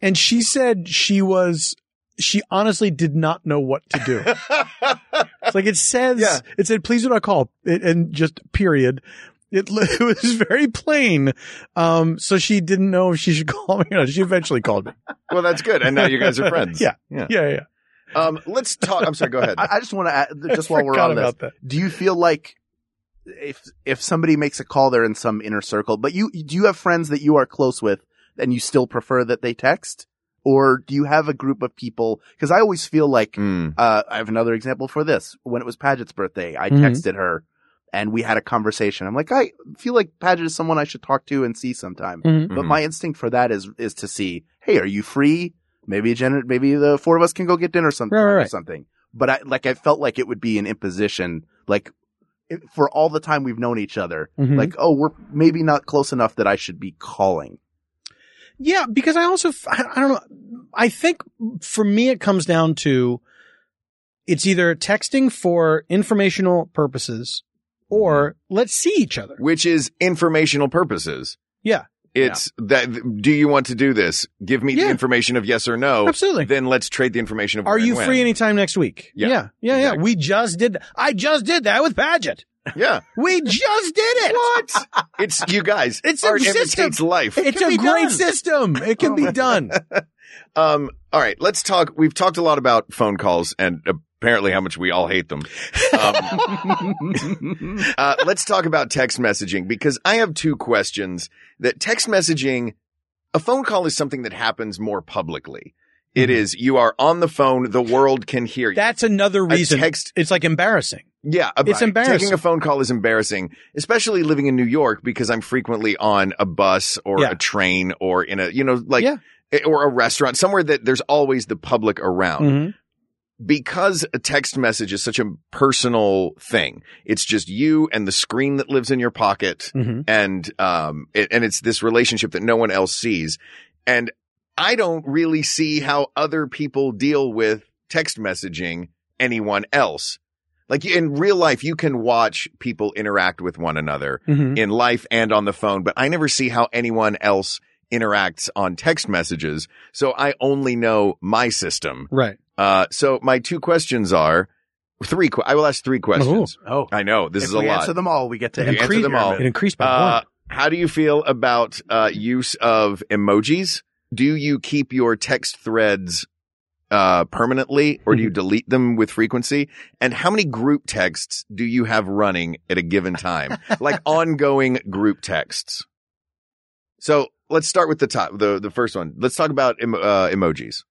Speaker 4: And she said she was, she honestly did not know what to do. it's like it says,
Speaker 2: Yeah.
Speaker 4: it said, please do not call it, and just period. It, li- it was very plain. Um, so she didn't know if she should call me or not. She eventually called me.
Speaker 2: Well, that's good. And now you guys are friends.
Speaker 4: Yeah.
Speaker 2: Yeah.
Speaker 4: Yeah. Yeah.
Speaker 2: Um, let's talk. I'm sorry. Go ahead.
Speaker 1: I, I just want to add, just
Speaker 4: I
Speaker 1: while we're
Speaker 4: forgot
Speaker 1: on this,
Speaker 4: about that.
Speaker 1: do you feel like if if somebody makes a call they're in some inner circle but you do you have friends that you are close with and you still prefer that they text or do you have a group of people because i always feel like
Speaker 2: Mm.
Speaker 1: uh, i have another example for this when it was paget's birthday i
Speaker 4: Mhm.
Speaker 1: texted her and we had a conversation. I'm like, I feel like Paget is someone I should talk to and see sometime.
Speaker 4: Mhm.
Speaker 1: But my instinct for that is is to see, hey, are you free? Maybe Jen, maybe the four of us can go get dinner sometime
Speaker 4: Right, right,
Speaker 1: or
Speaker 4: right.
Speaker 1: something. But I like I felt like it would be an imposition, like it, for all the time we've known each other.
Speaker 4: Mhm.
Speaker 1: Like, oh, we're maybe not close enough that I should be calling.
Speaker 4: Yeah, because I also f- I, I don't know. I think for me it comes down to it's either texting for informational purposes or
Speaker 2: Mm-hmm.
Speaker 4: let's see each other.
Speaker 2: which is informational purposes.
Speaker 4: Yeah.
Speaker 2: It's that, do you want to do this? Give me the
Speaker 4: Yeah.
Speaker 2: information of yes or no.
Speaker 4: Absolutely.
Speaker 2: Oh, Then let's trade the information of
Speaker 4: Are
Speaker 2: where and
Speaker 4: you
Speaker 2: when.
Speaker 4: free anytime next week?
Speaker 2: Yeah.
Speaker 4: yeah, yeah. yeah.
Speaker 2: Exactly.
Speaker 4: We just did. I just did that with Paget.
Speaker 2: Yeah.
Speaker 4: We just did it.
Speaker 2: What? It's you guys.
Speaker 4: It's a
Speaker 2: art
Speaker 4: system.
Speaker 2: imitates life.
Speaker 4: It's
Speaker 1: can
Speaker 4: a
Speaker 1: be
Speaker 4: great
Speaker 1: done.
Speaker 4: system. It
Speaker 2: Oh
Speaker 4: can be done.
Speaker 2: Um, all right, let's talk. We've talked a lot about phone calls and apparently how much we all hate them. Um, uh, let's talk about text messaging because I have two questions that text messaging, a phone call is something that happens more publicly. It
Speaker 4: Mhm.
Speaker 2: is you are on the phone. The world can hear you.
Speaker 4: That's another
Speaker 2: A
Speaker 4: reason.
Speaker 2: text-
Speaker 4: it's like embarrassing.
Speaker 2: Yeah, about
Speaker 4: It's
Speaker 2: it.
Speaker 4: embarrassing.
Speaker 2: Taking a phone call is embarrassing, especially living in New York because I'm frequently on a bus or
Speaker 4: Yeah.
Speaker 2: a train or in a you know like eh,
Speaker 4: Yeah.
Speaker 2: or a restaurant somewhere that there's always the public around.
Speaker 4: Mhm.
Speaker 2: Because a text message is such a personal thing. It's just you and the screen that lives in your pocket
Speaker 4: Mhm.
Speaker 2: and um it, and it's this relationship that no one else sees and i don't really see how other people deal with text messaging anyone else like in real life you can watch people interact with one another
Speaker 4: Mhm.
Speaker 2: in life and on the phone but i never see how anyone else interacts on text messages so i only know my system
Speaker 4: Right.
Speaker 2: uh so my two questions are three que- i will ask three questions
Speaker 1: oh,
Speaker 2: i know this
Speaker 1: if
Speaker 2: is a
Speaker 1: we
Speaker 2: lot
Speaker 1: answer them all, we get to
Speaker 2: If you answer them all,
Speaker 4: It increased by
Speaker 2: uh,
Speaker 4: one.
Speaker 2: how do you feel about uh, use of emojis? Do you keep your text threads uh, permanently, or do you delete them with frequency? And how many group texts do you have running at a given time, like ongoing group texts? So let's start with the top, the the first one. Let's talk about em- uh, emojis.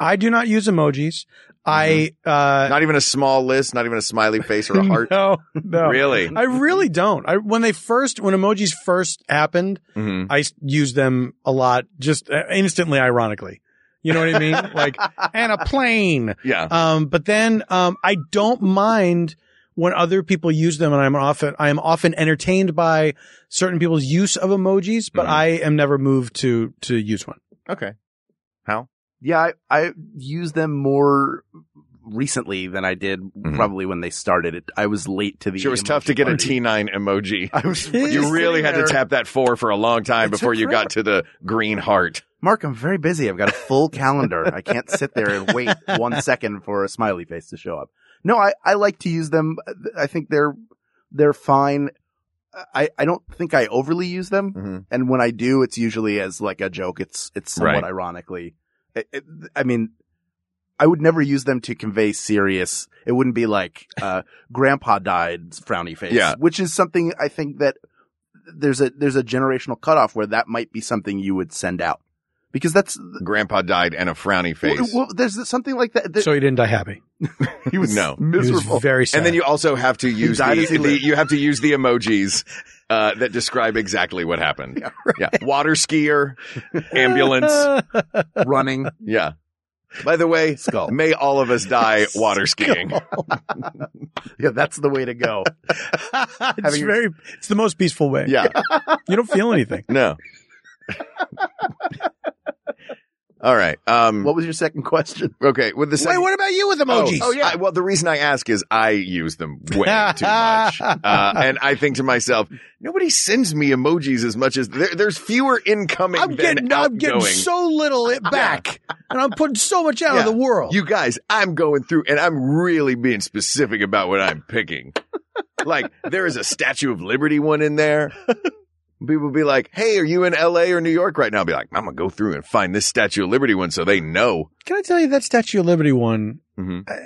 Speaker 4: I do not use emojis. I
Speaker 2: mm-hmm.
Speaker 4: uh,
Speaker 2: Not even a small list, not even a smiley face or a heart.
Speaker 4: No,
Speaker 1: Oh.
Speaker 4: no.
Speaker 2: Really?
Speaker 4: I really don't. I when they first when emojis first happened,
Speaker 2: hmm
Speaker 4: I s- used them a lot, just uh, instantly, ironically. You know what I mean? like and a plane.
Speaker 1: Uh,
Speaker 2: Yeah.
Speaker 4: Um, but then um, I don't mind when other people use them, and I'm often I am often entertained by certain people's use of emojis, but
Speaker 2: Mhm.
Speaker 4: I am never moved to to use one.
Speaker 2: Okay.
Speaker 1: yeah, I, I use them more recently than I did
Speaker 4: Mm-hmm.
Speaker 1: probably when they started it. I was late to the.
Speaker 2: Sure, it was tough to
Speaker 1: emoji
Speaker 2: get a
Speaker 1: party.
Speaker 2: T9 emoji.
Speaker 1: I was.
Speaker 2: You really had to
Speaker 1: tap.
Speaker 2: tap that four for a long time
Speaker 1: It
Speaker 2: before
Speaker 1: took
Speaker 2: you
Speaker 1: forever.
Speaker 2: got to the green heart.
Speaker 1: Mark, I'm very busy. I've got a full calendar. I can't sit there and wait one second for a smiley face to show up. No, I, I like to use them. I think they're, they're fine. I, I don't think I overly use them. And when I do, it's usually as like a joke. It's, it's somewhat
Speaker 2: Right.
Speaker 1: ironically. I- I- I mean, I would never use them to convey serious. It wouldn't be like, uh, grandpa died frowny face,
Speaker 2: Yeah.
Speaker 1: which is something I think that there's a, there's a generational cutoff where that might be something you would send out because that's
Speaker 2: Grandpa died and a frowny face.
Speaker 1: well, well, there's something like that. that
Speaker 4: So he didn't die happy.
Speaker 1: he was
Speaker 2: no.
Speaker 4: He
Speaker 1: miserable.
Speaker 4: was very sad.
Speaker 2: and then you also have to use
Speaker 1: died
Speaker 2: the,
Speaker 1: as he
Speaker 2: the-
Speaker 1: lived.
Speaker 2: you have to use the emojis uh, that describe exactly what happened. Yeah, water skier, ambulance.
Speaker 1: running.
Speaker 2: Yeah. By the way,
Speaker 1: Skull.
Speaker 2: may all of us die water skiing.
Speaker 1: Yeah, that's the way to go.
Speaker 4: it's
Speaker 1: your-
Speaker 4: very. It's the most peaceful way.
Speaker 2: Yeah.
Speaker 4: You don't feel anything.
Speaker 2: No. all right. Um,
Speaker 1: What was your second question?
Speaker 2: okay. With the second,
Speaker 4: Wait, what about you with emojis?
Speaker 2: Oh, yeah. I, well, the reason I ask is I use them way too much. Uh, and I think to myself, nobody sends me emojis as much as there, there's fewer incoming
Speaker 4: I'm
Speaker 2: than
Speaker 4: getting, I'm getting
Speaker 2: outgoing.
Speaker 4: so little it back, and I'm putting so much out
Speaker 2: Yeah.
Speaker 4: of the world.
Speaker 2: you guys, I'm going through and I'm really being specific about what I'm picking. like there is a Statue of Liberty one in there. People be like, "Hey, are you in L.A. or New York right now?" I'll be like, "I'm gonna go through and find this Statue of Liberty one so they know."
Speaker 4: Can I tell you that Statue of Liberty one?
Speaker 2: Mhm.
Speaker 4: uh,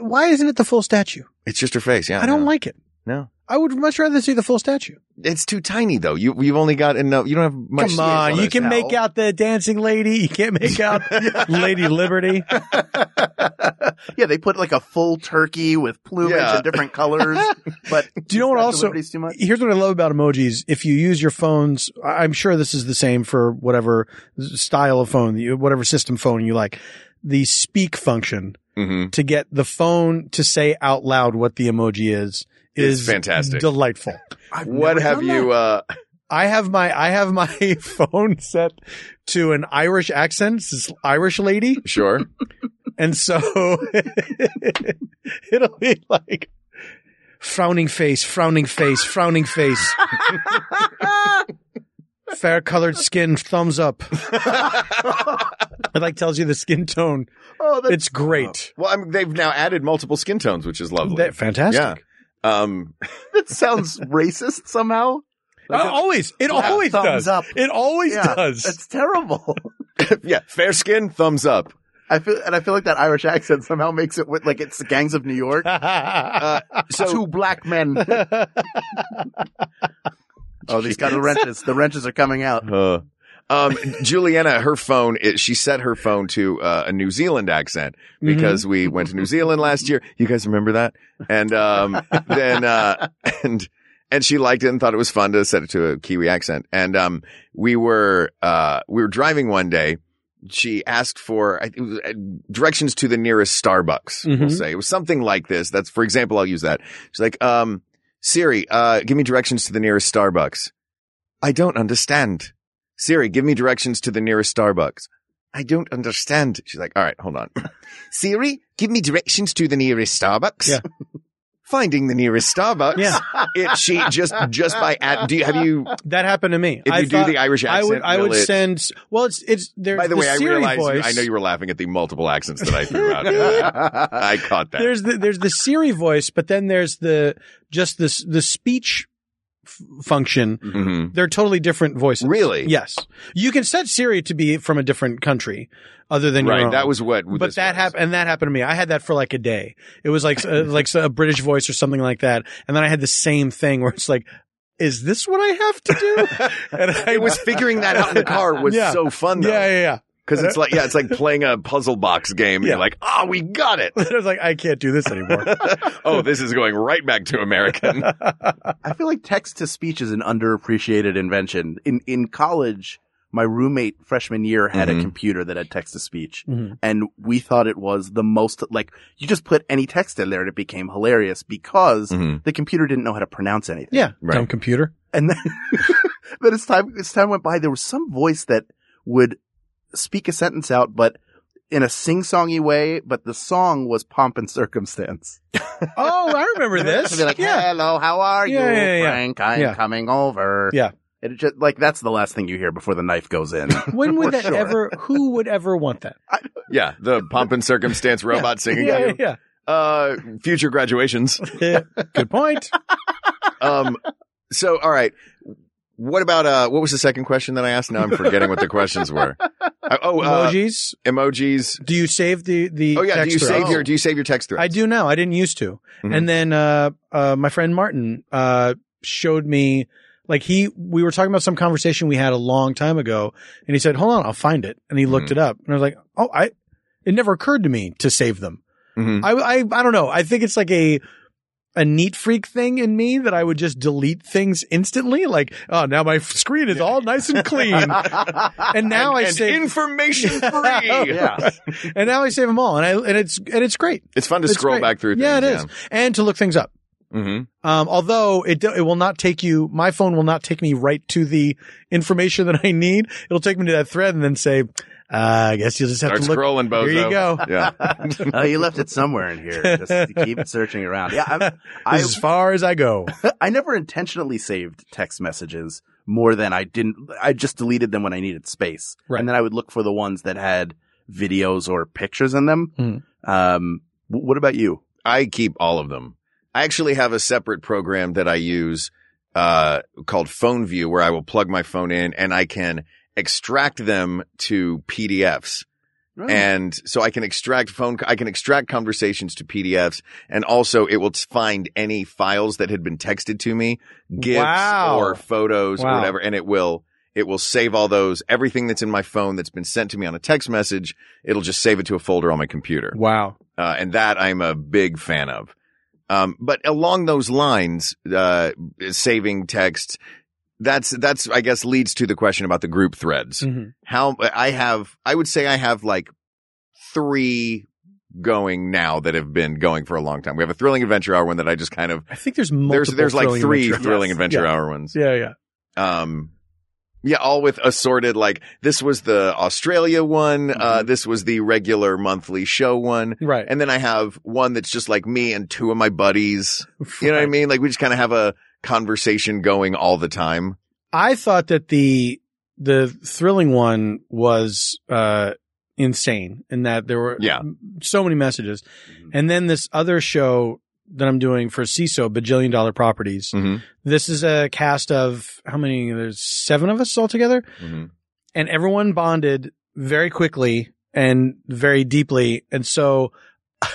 Speaker 4: why isn't it the full statue?
Speaker 2: It's just her face. Yeah,
Speaker 4: I don't
Speaker 2: know.
Speaker 4: like it.
Speaker 2: No.
Speaker 4: I would much rather see the full statue.
Speaker 2: It's too tiny though. You you've only got enough. You don't have much.
Speaker 4: Come
Speaker 2: space
Speaker 4: on, you
Speaker 2: it.
Speaker 4: can
Speaker 1: now.
Speaker 4: make out the dancing lady. You can't make out Lady Liberty.
Speaker 1: yeah, they put like a full turkey with plumage
Speaker 2: Yeah.
Speaker 1: and different colors. But
Speaker 4: Do you know what
Speaker 1: Statue of
Speaker 4: also-
Speaker 1: Liberty's too much?
Speaker 4: Here's what I love about emojis. If you use your phones, I- I'm sure this is the same for whatever style of phone, you- whatever system phone you like. The speak function
Speaker 2: hmm
Speaker 4: to get the phone to say out loud what the emoji is
Speaker 2: It's
Speaker 4: is
Speaker 2: fantastic.
Speaker 4: delightful.
Speaker 1: I've
Speaker 2: What
Speaker 1: never
Speaker 2: have
Speaker 1: done
Speaker 2: you?
Speaker 1: that.
Speaker 2: Uh,
Speaker 4: I have my I have my phone set to an Irish accent. It's this Irish lady,
Speaker 2: sure.
Speaker 4: and so it'll be like frowning face, frowning face, frowning face. Fair colored skin, thumbs up. it like tells you the skin tone.
Speaker 1: Oh, that's
Speaker 4: It's great.
Speaker 2: Well, I mean, they've now added multiple skin tones, which is lovely.
Speaker 4: That- fantastic.
Speaker 2: Oh, yeah. Um,
Speaker 1: that sounds racist somehow.
Speaker 4: Uh, always. It always
Speaker 1: thumbs
Speaker 4: does.
Speaker 1: up.
Speaker 4: It always
Speaker 1: Yeah,
Speaker 4: does.
Speaker 1: It's terrible.
Speaker 2: yeah. Fair skin, thumbs up.
Speaker 1: I feel, and I feel like that Irish accent somehow makes it with, like it's the gangs of New York.
Speaker 2: uh,
Speaker 1: Two black men. oh, these got the wrenches. The wrenches are coming out.
Speaker 2: Uh, um, Juliana, her phone, it, she set her phone to uh, a New Zealand accent because we went to New Zealand last year. You guys remember that? And um, then uh, and and she liked it and thought it was fun to set it to a Kiwi accent. And um, we were uh, we were driving one day. She asked for I, it was, uh, directions to the nearest Starbucks. We'll
Speaker 4: Mhm.
Speaker 2: say it was something like this. That's for example. I'll use that. She's like, um, Siri, uh, give me directions to the nearest Starbucks. I don't understand. Siri, give me directions to the nearest Starbucks. I don't understand. She's like, all right, hold on. Siri, give me directions to the nearest Starbucks.
Speaker 4: Yeah.
Speaker 2: Finding the nearest Starbucks.
Speaker 4: Yeah.
Speaker 2: It, she just, just by, at, do you, have you,
Speaker 4: that happened to me.
Speaker 2: if
Speaker 4: I
Speaker 2: you do
Speaker 4: thought-
Speaker 2: the Irish accent,
Speaker 4: I would I
Speaker 2: will
Speaker 4: would
Speaker 2: it-
Speaker 4: send well it's it's there
Speaker 2: by the, way, I
Speaker 4: Siri
Speaker 2: realize,
Speaker 4: voice,
Speaker 2: I know you were laughing at the multiple accents that I threw out. Yeah, I caught that.
Speaker 4: there's the there's the Siri voice but then there's the just this the speech f- function
Speaker 2: Mhm.
Speaker 4: they're totally different voices
Speaker 2: Really?
Speaker 4: yes you can set Siri to be from a different country other than your
Speaker 2: Right.
Speaker 4: own.
Speaker 2: That was what,
Speaker 4: but that happened and that happened to me I had that for like a day it was like uh, like a British voice or something like that and then I had the same thing where it's like is this what I have to do and I
Speaker 2: It was figuring that out in the car was
Speaker 4: Yeah.
Speaker 2: so fun though.
Speaker 4: yeah yeah yeah
Speaker 2: Cause it's like, yeah, it's like playing a puzzle box game. And
Speaker 4: Yeah.
Speaker 2: You're like, oh, we got it.
Speaker 4: I was like I can't do this anymore
Speaker 2: oh, this is going right back to American.
Speaker 1: I feel like text to speech is an underappreciated invention. In in college, my roommate freshman year had
Speaker 4: Mm-hmm.
Speaker 2: Mhm.
Speaker 1: a computer that had text to speech,
Speaker 4: Mhm.
Speaker 1: and we thought it was the most like you just put any text in there and it became hilarious because
Speaker 4: Mm-hmm.
Speaker 2: Mhm.
Speaker 1: the computer didn't know how to pronounce anything.
Speaker 4: yeah
Speaker 2: Right.
Speaker 4: dumb computer
Speaker 1: And then, then as time as time went by, there was some voice that would speak a sentence out, but in a sing-songy way. But the song was "Pomp and Circumstance."
Speaker 4: Oh, I remember
Speaker 1: It'd
Speaker 4: this.
Speaker 1: be like,
Speaker 4: yeah.
Speaker 1: "Hello, how are
Speaker 4: Yeah,
Speaker 1: you,
Speaker 4: yeah, yeah.
Speaker 1: Frank? I'm
Speaker 4: Yeah.
Speaker 1: coming over."
Speaker 4: Yeah.
Speaker 1: And It just like that's the last thing you hear before the knife goes in.
Speaker 4: When
Speaker 1: For
Speaker 4: would that
Speaker 1: sure.
Speaker 4: ever? Who would ever want that?
Speaker 2: Yeah, the pomp and circumstance robot singing.
Speaker 4: Yeah, yeah,
Speaker 2: Uh, future graduations.
Speaker 4: yeah. Good point.
Speaker 2: Um, so all right. What about uh? What was the second question that I asked? Now I'm forgetting what the questions were. Uh, oh, uh,
Speaker 4: Emojis.
Speaker 2: emojis.
Speaker 4: Do you save the the?
Speaker 2: Oh yeah. Do
Speaker 4: text
Speaker 2: you
Speaker 4: thread?
Speaker 2: save your Do you save your text thread?
Speaker 4: I do now. I didn't used to.
Speaker 2: Mhm.
Speaker 4: And then uh, uh, my friend Martin uh, showed me like he we were talking about some conversation we had a long time ago, and he said, "Hold on, I'll find it." And he looked
Speaker 2: Mhm.
Speaker 4: it up, and I was like, "Oh, I." It never occurred to me to save them.
Speaker 2: Mhm.
Speaker 4: I, I I don't know. I think it's like a a neat freak thing in me that I would just delete things instantly. Like, oh, now my screen is all nice and clean, and now I
Speaker 2: And
Speaker 4: save
Speaker 2: information free.
Speaker 1: yeah.
Speaker 4: and now I save them all, and I and it's and it's great.
Speaker 2: It's fun to
Speaker 4: It's
Speaker 2: scroll
Speaker 4: great.
Speaker 2: back through.
Speaker 4: yeah, it
Speaker 2: things,
Speaker 4: is, and to look things up.
Speaker 2: Yeah. Mm-hmm.
Speaker 4: Um, although it do- it will not take you, my phone will not take me right to the information that I need. It'll take me to that thread and then say, uh, I guess you'll just have
Speaker 2: Start
Speaker 4: to look.
Speaker 2: scrolling, bozo.
Speaker 4: Here you go.
Speaker 2: Yeah.
Speaker 1: oh, you left it somewhere in here. Just keep searching around. Yeah, I'm, I
Speaker 4: as far as I go.
Speaker 1: I never intentionally saved text messages more than I didn't. I just deleted them when I needed space,
Speaker 4: Right.
Speaker 1: and then I would look for the ones that had videos or pictures in them.
Speaker 4: Mhm.
Speaker 1: Um, wh- what about you?
Speaker 2: I keep all of them. I actually have a separate program that I use uh, called Phone View, where I will plug my phone in and I can extract them to PDFs.
Speaker 4: Hmm.
Speaker 2: And so I can extract phone, I can extract conversations to PDFs, and also it will t- find any files that had been texted to me, gifs
Speaker 4: Wow.
Speaker 2: or photos or
Speaker 4: Wow.
Speaker 2: whatever, and it will It will save all those, everything that's in my phone that's been sent to me on a text message. It'll just save it to a folder on my computer.
Speaker 4: Wow.
Speaker 2: Uh, and that I'm a big fan of. Um, but along those lines, uh, saving text, that's, that's, I guess leads to the question about the group threads
Speaker 4: Mhm.
Speaker 2: how I have, I would say I have like three going now that have been going for a long time. We have a thrilling adventure hour one that I just kind of
Speaker 4: I think there's multiple.
Speaker 2: there's there's like
Speaker 4: thrilling
Speaker 2: three
Speaker 4: adventures.
Speaker 2: thrilling
Speaker 4: Yes.
Speaker 2: adventure
Speaker 4: Yeah.
Speaker 2: hour ones.
Speaker 4: Yeah, yeah.
Speaker 2: Um, yeah, all with assorted like this was the Australia one, uh,
Speaker 4: Mm-hmm.
Speaker 2: this was the regular monthly show one.
Speaker 4: Right.
Speaker 2: And then I have one that's just like me and two of my buddies. You know what I
Speaker 4: Right.
Speaker 2: mean? Like we just kind of have a conversation going all the time.
Speaker 4: I thought that the the thrilling one was uh insane in that there were
Speaker 2: Yeah. Mm-hmm.
Speaker 4: so many messages. And then this other show that I'm doing for CISO, Bajillion Dollar Properties.
Speaker 2: Mhm.
Speaker 4: This is a cast of how many? There's seven of us all together,
Speaker 2: Mhm.
Speaker 4: and everyone bonded very quickly and very deeply. And so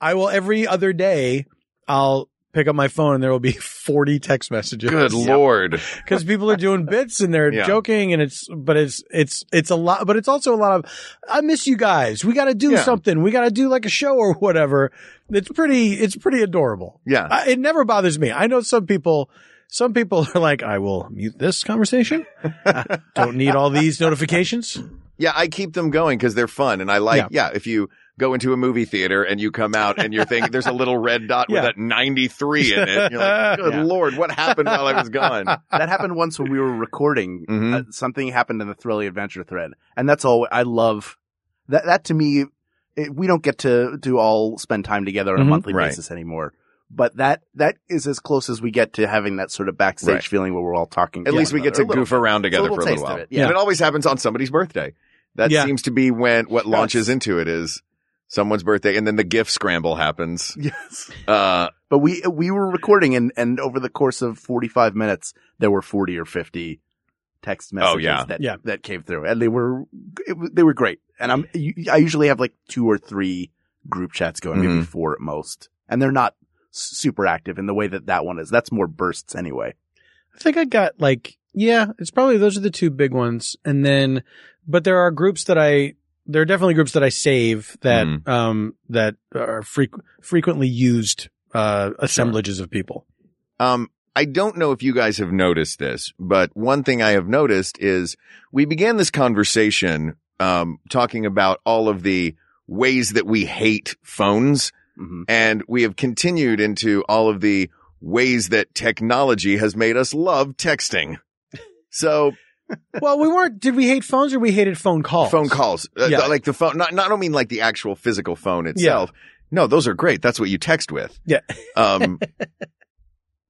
Speaker 4: I will every other day, I'll pick up my phone and there will be 40 text messages
Speaker 2: Good lord.
Speaker 4: because people are doing bits and they're
Speaker 2: Yeah.
Speaker 4: joking and it's but it's it's it's a lot but it's also a lot of i miss you guys we gotta do
Speaker 2: Yeah.
Speaker 4: something we gotta do like a show or whatever it's pretty it's pretty adorable
Speaker 2: Yeah.
Speaker 4: I, it never bothers me i know some people some people are like i will mute this conversation I don't need all these notifications
Speaker 2: Yeah, I keep them going because they're fun, and I like. Yeah. if you go into a movie theater and you come out and you're thinking there's a little red dot
Speaker 4: Yeah.
Speaker 2: with that 93 in it, and you're like, good
Speaker 4: Yeah.
Speaker 2: lord, what happened while I was gone?
Speaker 1: that happened once when we were recording.
Speaker 2: Mhm.
Speaker 1: Uh, something happened in the Thrilly Adventure thread, and that's all. I love that. That to me, it, we don't get to do all spend time together on
Speaker 4: Mhm.
Speaker 1: a monthly
Speaker 2: Right.
Speaker 1: basis anymore. But that that is as close as we get to having that sort of backstage
Speaker 2: Right.
Speaker 1: feeling where we're all talking.
Speaker 2: At
Speaker 1: to
Speaker 2: least we
Speaker 1: one another
Speaker 2: get to
Speaker 1: a little
Speaker 2: goof around together
Speaker 1: little
Speaker 2: for a little
Speaker 1: taste
Speaker 2: while,
Speaker 1: of it, yeah.
Speaker 2: and it always happens on somebody's birthday. That
Speaker 4: Yeah.
Speaker 2: seems to be when what
Speaker 1: That's-
Speaker 2: launches into it is someone's birthday, and then the gift scramble happens.
Speaker 1: bit. Yes,
Speaker 2: Uh,
Speaker 1: but we we were recording, and and over the course of forty five minutes, there were forty or fifty text messages
Speaker 2: Oh, yeah.
Speaker 1: that
Speaker 4: Yeah.
Speaker 1: that came through, and they were it, w- they were great. And I'm you- I usually have like two or three group chats going, maybe
Speaker 2: Mhm.
Speaker 1: four at most, and they're not s- super active in the way that that one is. That's more bursts anyway.
Speaker 4: I think I got like, yeah, it's probably those are the two big ones. And then, but there are groups that I, there are definitely groups that I save that,
Speaker 2: Mhm.
Speaker 4: um, that are freq- frequently used, uh, assemblages of people.
Speaker 2: Um, I don't know if you guys have noticed this, but one thing I have noticed is we began this conversation um, talking about all of the ways that we hate phones,
Speaker 1: hmm
Speaker 2: and we have continued into all of the ways that technology has made us love texting. So
Speaker 4: well, we weren't, did we hate phones or we hated phone calls?
Speaker 2: phone calls, uh,
Speaker 4: Oh. Yeah.
Speaker 2: like the phone, not, not I don't mean like the actual physical phone itself. No, those are great. That's what you text with.
Speaker 4: Yeah.
Speaker 2: Um,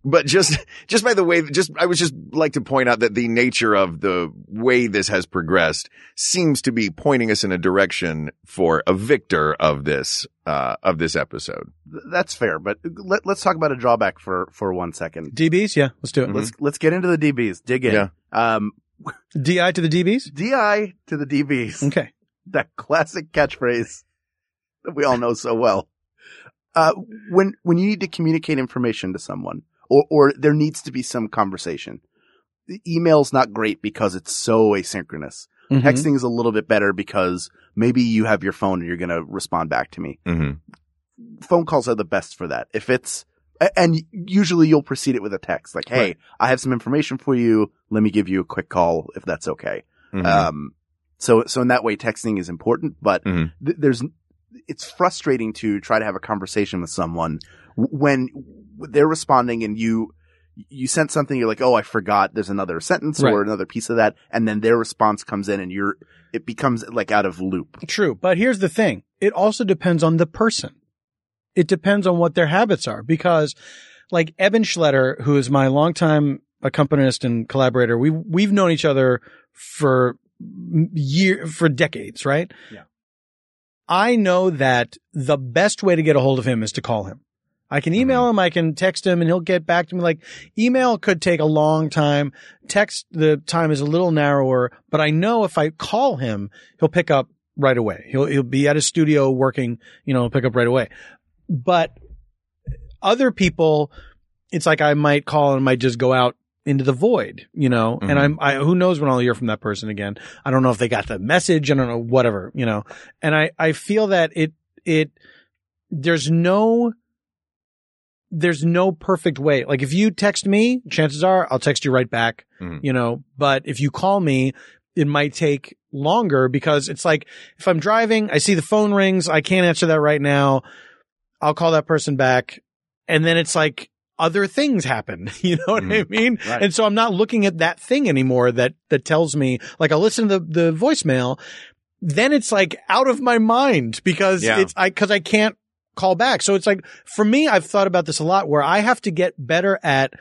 Speaker 2: but just, just by the way, just, I would just like to point out that the nature of the way this has progressed seems to be pointing us in a direction for a victor of this, uh, of this episode.
Speaker 1: that's fair, but let, let's talk about a drawback for for one second.
Speaker 4: DBs? Yeah, let's do it.
Speaker 2: Mhm.
Speaker 1: Let's let's get into the DBs. Dig in.
Speaker 2: Yeah.
Speaker 1: Um,
Speaker 4: DI to the DBs?
Speaker 1: Di to the DBs.
Speaker 4: Okay.
Speaker 1: that classic catchphrase that we all know so well. Uh, when, when you need to communicate information to someone or, or there needs to be some conversation, the email's not great because it's so asynchronous.
Speaker 4: Mhm.
Speaker 1: Texting is a little bit better because maybe you have your phone and you're going to respond back to me.
Speaker 2: Mm-hmm.
Speaker 1: Phone calls are the best for that. If it's, a- and usually you'll precede it with a text like, Hey,
Speaker 4: Right.
Speaker 1: I have some information for you. Let me give you a quick call if that's okay.
Speaker 2: Uh, Mm-hmm.
Speaker 1: Um, so, so in that way, texting is important, but
Speaker 2: Mhm.
Speaker 1: th- there's, it's frustrating to try to have a conversation with someone w- when they're responding and you, you sent something, you're like, oh, I forgot there's another sentence or
Speaker 4: Right.
Speaker 1: another piece of that. And then their response comes in and you're, it becomes like out of loop.
Speaker 4: True. But here's the thing. It also depends on the person. It depends on what their habits are because like Eben Schletter, who is my longtime accompanist and collaborator, we, we've known each other for m- year, for decades, right?
Speaker 1: Yeah.
Speaker 4: I know that the best way to get a hold of him is to call him. I can email him. I can text him and he'll get back to me. Like email could take a long time. Text, the time is a little narrower, but I know if I call him, he'll pick up right away. He'll, he'll be at his studio working, you know, he'll pick up right away. But other people, it's like I might call and might just go out into the void, you know, and
Speaker 2: Mhm.
Speaker 4: I'm, I, who knows when I'll hear from that person again. I don't know if they got the message. I don't know, whatever, you know, and I, I feel that it, it, there's no, there's no perfect way. Like if you text me, chances are I'll text you right back,
Speaker 2: Mhm.
Speaker 4: you know, but if you call me, it might take longer because it's like if I'm driving, I see the phone rings. I can't answer that right now. I'll call that person back. And then it's like other things happen. You know what I mean?
Speaker 1: Right.
Speaker 4: And so I'm not looking at that thing anymore that, that tells me, like, I'll listen to the, the voicemail. Then it's like out of my mind because
Speaker 2: Yeah.
Speaker 4: it's, I, cause I can't call back. So it's like, for me, I've thought about this a lot where I have to get better at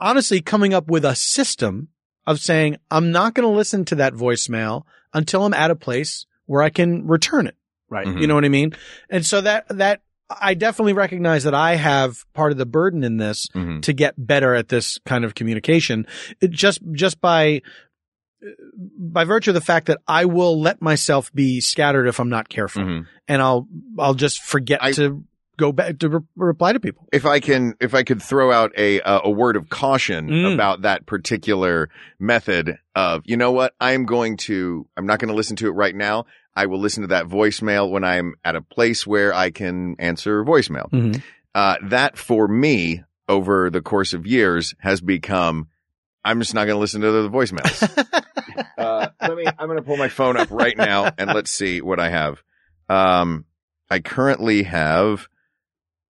Speaker 4: honestly coming up with a system of saying, I'm not going to listen to that voicemail until I'm at a place where I can return it.
Speaker 1: Right.
Speaker 2: Mhm.
Speaker 4: You know what I mean? And so that, that I definitely recognize that I have part of the burden in this
Speaker 2: Mhm.
Speaker 4: to get better at this kind of communication it just, just by, by virtue of the fact that I will let myself be scattered if I'm not careful
Speaker 2: Mhm.
Speaker 4: and I'll, I'll just forget
Speaker 2: I-
Speaker 4: to go back to re- reply to people.
Speaker 2: If I can, if I could throw out a uh, a word of caution
Speaker 4: Mm.
Speaker 2: about that particular method of, you know what, I'm going to, I'm not going to listen to it right now. I will listen to that voicemail when I'm at a place where I can answer voicemail. uh, that for me over the course of years has become I'm just not going to listen to the voicemails. uh, let me. I'm going to pull my phone up right now and let's see what I have. Um, I currently have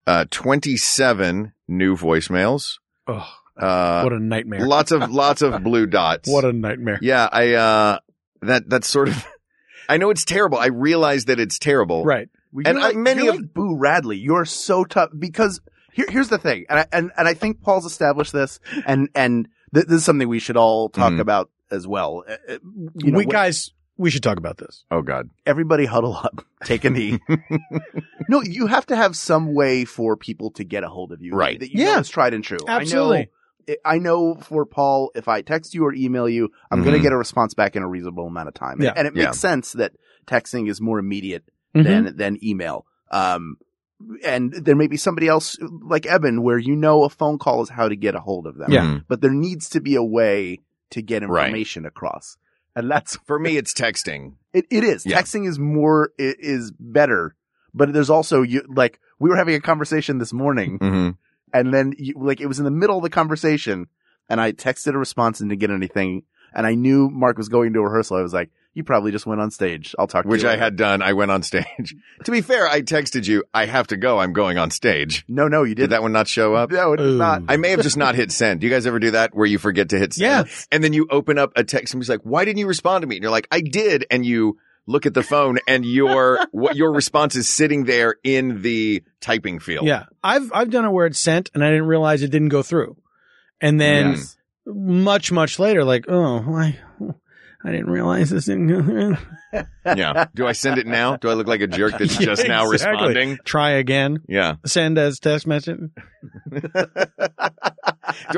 Speaker 2: uh, 27 new voicemails.
Speaker 4: Oh,
Speaker 2: Uh,
Speaker 4: what a nightmare.
Speaker 2: lots of lots of blue dots.
Speaker 4: What a nightmare.
Speaker 2: yeah, I uh, that that's sort of. I know it's terrible. I realize that it's terrible.
Speaker 4: Right.
Speaker 1: Well,
Speaker 2: And
Speaker 1: you're
Speaker 2: I-
Speaker 1: like,
Speaker 2: many
Speaker 1: you're
Speaker 2: of-
Speaker 1: like Boo Radley. You're so tough because here, here's the thing, and I, and and I think Paul's established this, and and th- this is something we should all talk
Speaker 2: Mhm.
Speaker 1: about as well. Uh, uh, You know,
Speaker 4: we
Speaker 1: wh-
Speaker 4: guys, we should talk about this.
Speaker 2: Oh God.
Speaker 1: everybody huddle up, take a knee. no, you have to have some way for people to get a hold of you,
Speaker 2: Right.
Speaker 1: That you know
Speaker 4: Yeah.
Speaker 1: is tried and true.
Speaker 4: Absolutely.
Speaker 1: I know, I know for Paul, if I text you or email you, I'm going
Speaker 2: Mhm.
Speaker 1: to get a response back in a reasonable amount of time,
Speaker 4: Mm-hmm. Yeah. Mm-hmm.
Speaker 1: and it
Speaker 2: Yeah.
Speaker 1: makes sense that texting is more immediate
Speaker 2: Mm-hmm.
Speaker 1: than than email. Um, and there may be somebody else like Eben where you know a phone call is how to get a hold of them.
Speaker 4: Yeah.
Speaker 2: Mhm.
Speaker 1: But there needs to be a way to get
Speaker 2: Right.
Speaker 1: information across. And that's
Speaker 2: For me, it's texting.
Speaker 1: it, it is.
Speaker 2: Yeah.
Speaker 1: Texting is more i- is better. But there's also you like we were having a conversation this morning
Speaker 2: Mm-hmm.
Speaker 1: and then you, like it was in the middle of the conversation and I texted a response and didn't get anything and I knew Mark was going to rehearsal. I was like, you probably just went on stage. I'll talk to
Speaker 2: which
Speaker 1: you
Speaker 2: I
Speaker 1: later."
Speaker 2: had done. I went on stage. to be fair, I texted you, I have to go. I'm going on stage.
Speaker 1: No, no, you
Speaker 2: Did
Speaker 1: did,
Speaker 2: that one not show up?
Speaker 1: No, it did
Speaker 4: Ooh.
Speaker 1: not.
Speaker 2: I may have just not hit send. Do you guys ever do that where you forget to hit
Speaker 4: Yeah.
Speaker 2: send? And then you open up a text and it's like, why didn't you respond to me? And you're like, I did. And you look at the phone and your, what your response is sitting there in the typing field.
Speaker 4: Yeah. I've, I've done it where it's sent and I didn't realize it didn't go through. And then
Speaker 1: Yes.
Speaker 4: much, much later, like, oh, I, I didn't realize this didn't go through.
Speaker 2: Yeah. Do I send it now? Do I look like a jerk that's
Speaker 4: Yeah,
Speaker 2: just now
Speaker 4: exactly.
Speaker 2: responding?
Speaker 4: Try again.
Speaker 2: Yeah.
Speaker 4: Send as text message.
Speaker 2: Do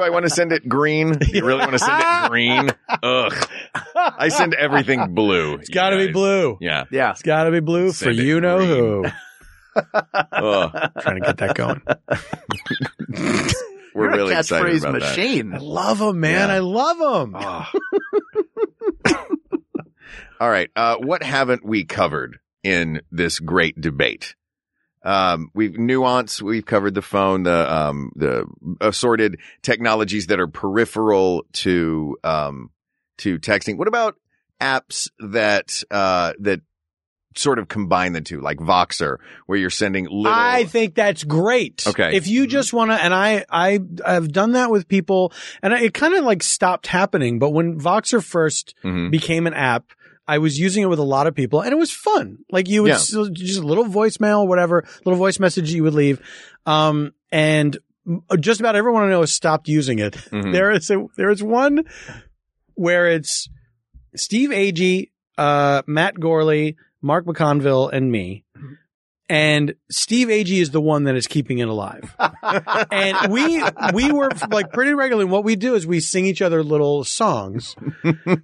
Speaker 2: I want to send it green? Do you really want to send it green? Ugh. I send everything blue.
Speaker 4: It's got to be blue.
Speaker 2: Yeah.
Speaker 1: Yeah.
Speaker 4: It's got to be blue for
Speaker 2: Send it
Speaker 4: you know who.
Speaker 2: Ugh.
Speaker 4: Trying to get that going.
Speaker 2: We're
Speaker 1: You're
Speaker 2: really
Speaker 1: a
Speaker 2: excited
Speaker 1: catchphrase
Speaker 2: about that.
Speaker 1: machine.
Speaker 4: I love them, man.
Speaker 2: Yeah.
Speaker 4: I love them.
Speaker 2: Ah. All right. Uh, what haven't we covered in this great debate? Um, we've nuance. We've covered the phone, the, um, the assorted technologies that are peripheral to, um, to texting. What about apps that, uh, that sort of combine the two, like Voxer, where you're sending little.
Speaker 4: I think that's great.
Speaker 2: Okay.
Speaker 4: If you just want to, and I, I, I've done that with people and I, it kind of like stopped happening. But when Voxer first
Speaker 2: Mhm.
Speaker 4: became an app, I was using it with a lot of people and it was fun. Like you would
Speaker 2: Yeah.
Speaker 4: still- just a little voicemail, whatever, little voice message you would leave. Um, and m- just about everyone I know has stopped using it.
Speaker 2: Mhm.
Speaker 4: There is a, there is one where it's Steve Agee, uh, Matt Gorley, Mark McConville, and me. And Steve Agee is the one that is keeping it alive.
Speaker 2: Mm-hmm.
Speaker 4: and we we were like pretty regularly. What we do is we sing each other little songs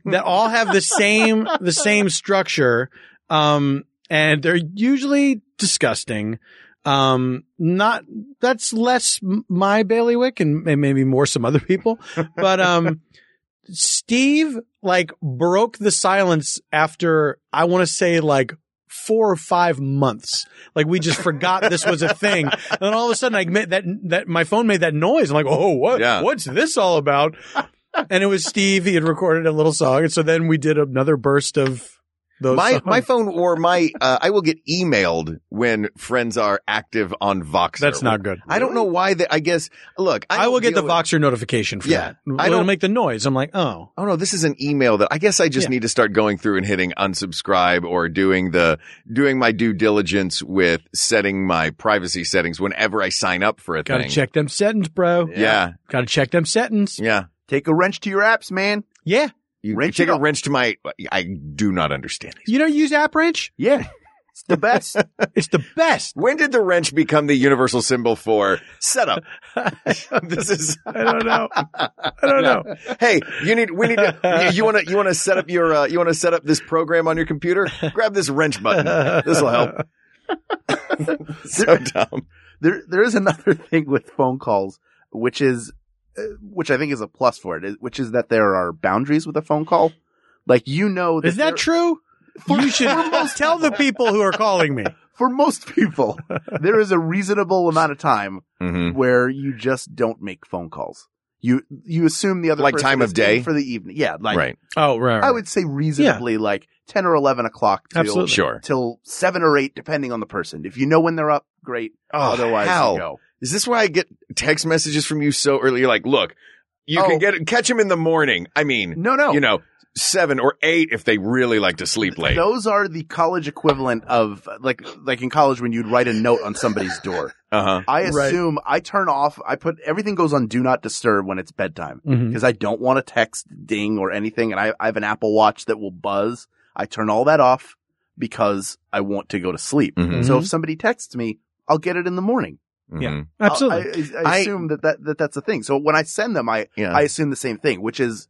Speaker 4: that all have the same the same structure, um, and they're usually disgusting. Um, not that's less m- my bailiwick and, and maybe more some other people, but um, Steve like broke the silence after I want to say like four or five months. Like we just forgot this was a thing, and then all of a sudden I made that that my phone made that noise. I'm like, oh, what?
Speaker 2: Yeah.
Speaker 4: What's this all about? And it was Steve. He had recorded a little song, and so then we did another burst of those.
Speaker 2: my
Speaker 4: songs.
Speaker 2: my phone or my uh, I will get emailed when friends are active on Voxer.
Speaker 4: That's not good.
Speaker 2: I don't know why that. I guess look, I,
Speaker 4: I, will
Speaker 2: don't
Speaker 4: get the
Speaker 2: deal with-
Speaker 4: Voxer notification for
Speaker 2: Yeah,
Speaker 4: that.
Speaker 2: I
Speaker 4: I don't
Speaker 2: don't-
Speaker 4: make the noise. I'm like, oh,
Speaker 2: Oh no, this is an email that I guess I just
Speaker 4: Yeah.
Speaker 2: need to start going through and hitting unsubscribe or doing the doing my due diligence with setting my privacy settings whenever I sign up for a
Speaker 4: gotta
Speaker 2: thing.
Speaker 4: check them settings, bro.
Speaker 2: Yeah,
Speaker 4: Gotta check them settings.
Speaker 2: yeah.
Speaker 1: Take a wrench to your apps, man.
Speaker 4: Yeah.
Speaker 2: You
Speaker 1: Wrench
Speaker 2: take
Speaker 1: it
Speaker 2: a
Speaker 1: up.
Speaker 2: wrench to my. I do not understand these.
Speaker 4: You don't use App Wrench?
Speaker 1: Yeah. It's the best.
Speaker 4: It's the best.
Speaker 2: When did the wrench become the universal symbol for setup? this is
Speaker 4: I don't know. I don't know.
Speaker 2: Hey, you need we need to, you want to you want to set up your uh, you want to set up this program on your computer? Grab this wrench button. This will help. so dumb.
Speaker 1: there there is another thing with phone calls, which is, uh, which I think is a plus for it, is- which is that there are boundaries with a phone call. Like you know,
Speaker 4: Is
Speaker 1: there-
Speaker 4: that true? You should tell the people who are calling me.
Speaker 1: For most people, there is a reasonable amount of time
Speaker 2: Mm-hmm.
Speaker 1: where you just don't make phone calls. You you assume the other
Speaker 2: Like
Speaker 1: person
Speaker 2: time of
Speaker 1: is in
Speaker 2: day?
Speaker 1: for the evening. Yeah, like
Speaker 2: Right.
Speaker 4: Oh, right.
Speaker 1: I would say reasonably like ten or eleven o'clock till
Speaker 4: Absolutely.
Speaker 2: Sure.
Speaker 1: till seven or eight, depending on the person. If you know when they're up, great.
Speaker 2: Oh,
Speaker 1: Otherwise, you
Speaker 2: hell.
Speaker 1: go.
Speaker 2: Is this why I get text messages from you so early? You're like, look, you
Speaker 1: Oh.
Speaker 2: can get catch him in the morning. I mean,
Speaker 1: No, no,
Speaker 2: you know, seven or eight if they really like to sleep late.
Speaker 1: Those are the college equivalent of like like in college when you'd write a note on somebody's door.
Speaker 2: Uh huh.
Speaker 1: I
Speaker 4: Right.
Speaker 1: assume I turn off. I put everything goes on do not disturb when it's bedtime
Speaker 4: Mhm.
Speaker 1: because I don't want a text ding or anything. And I, I have an Apple Watch that will buzz. I turn all that off because I want to go to sleep.
Speaker 2: Mhm.
Speaker 1: So if somebody texts me, I'll get it in the morning.
Speaker 4: Yeah.
Speaker 2: Mhm.
Speaker 1: I'll-
Speaker 4: Absolutely.
Speaker 1: I, I, I
Speaker 2: I-
Speaker 1: assume that, that that that's a thing. So when I send them, I
Speaker 2: Yeah.
Speaker 1: I assume the same thing, which is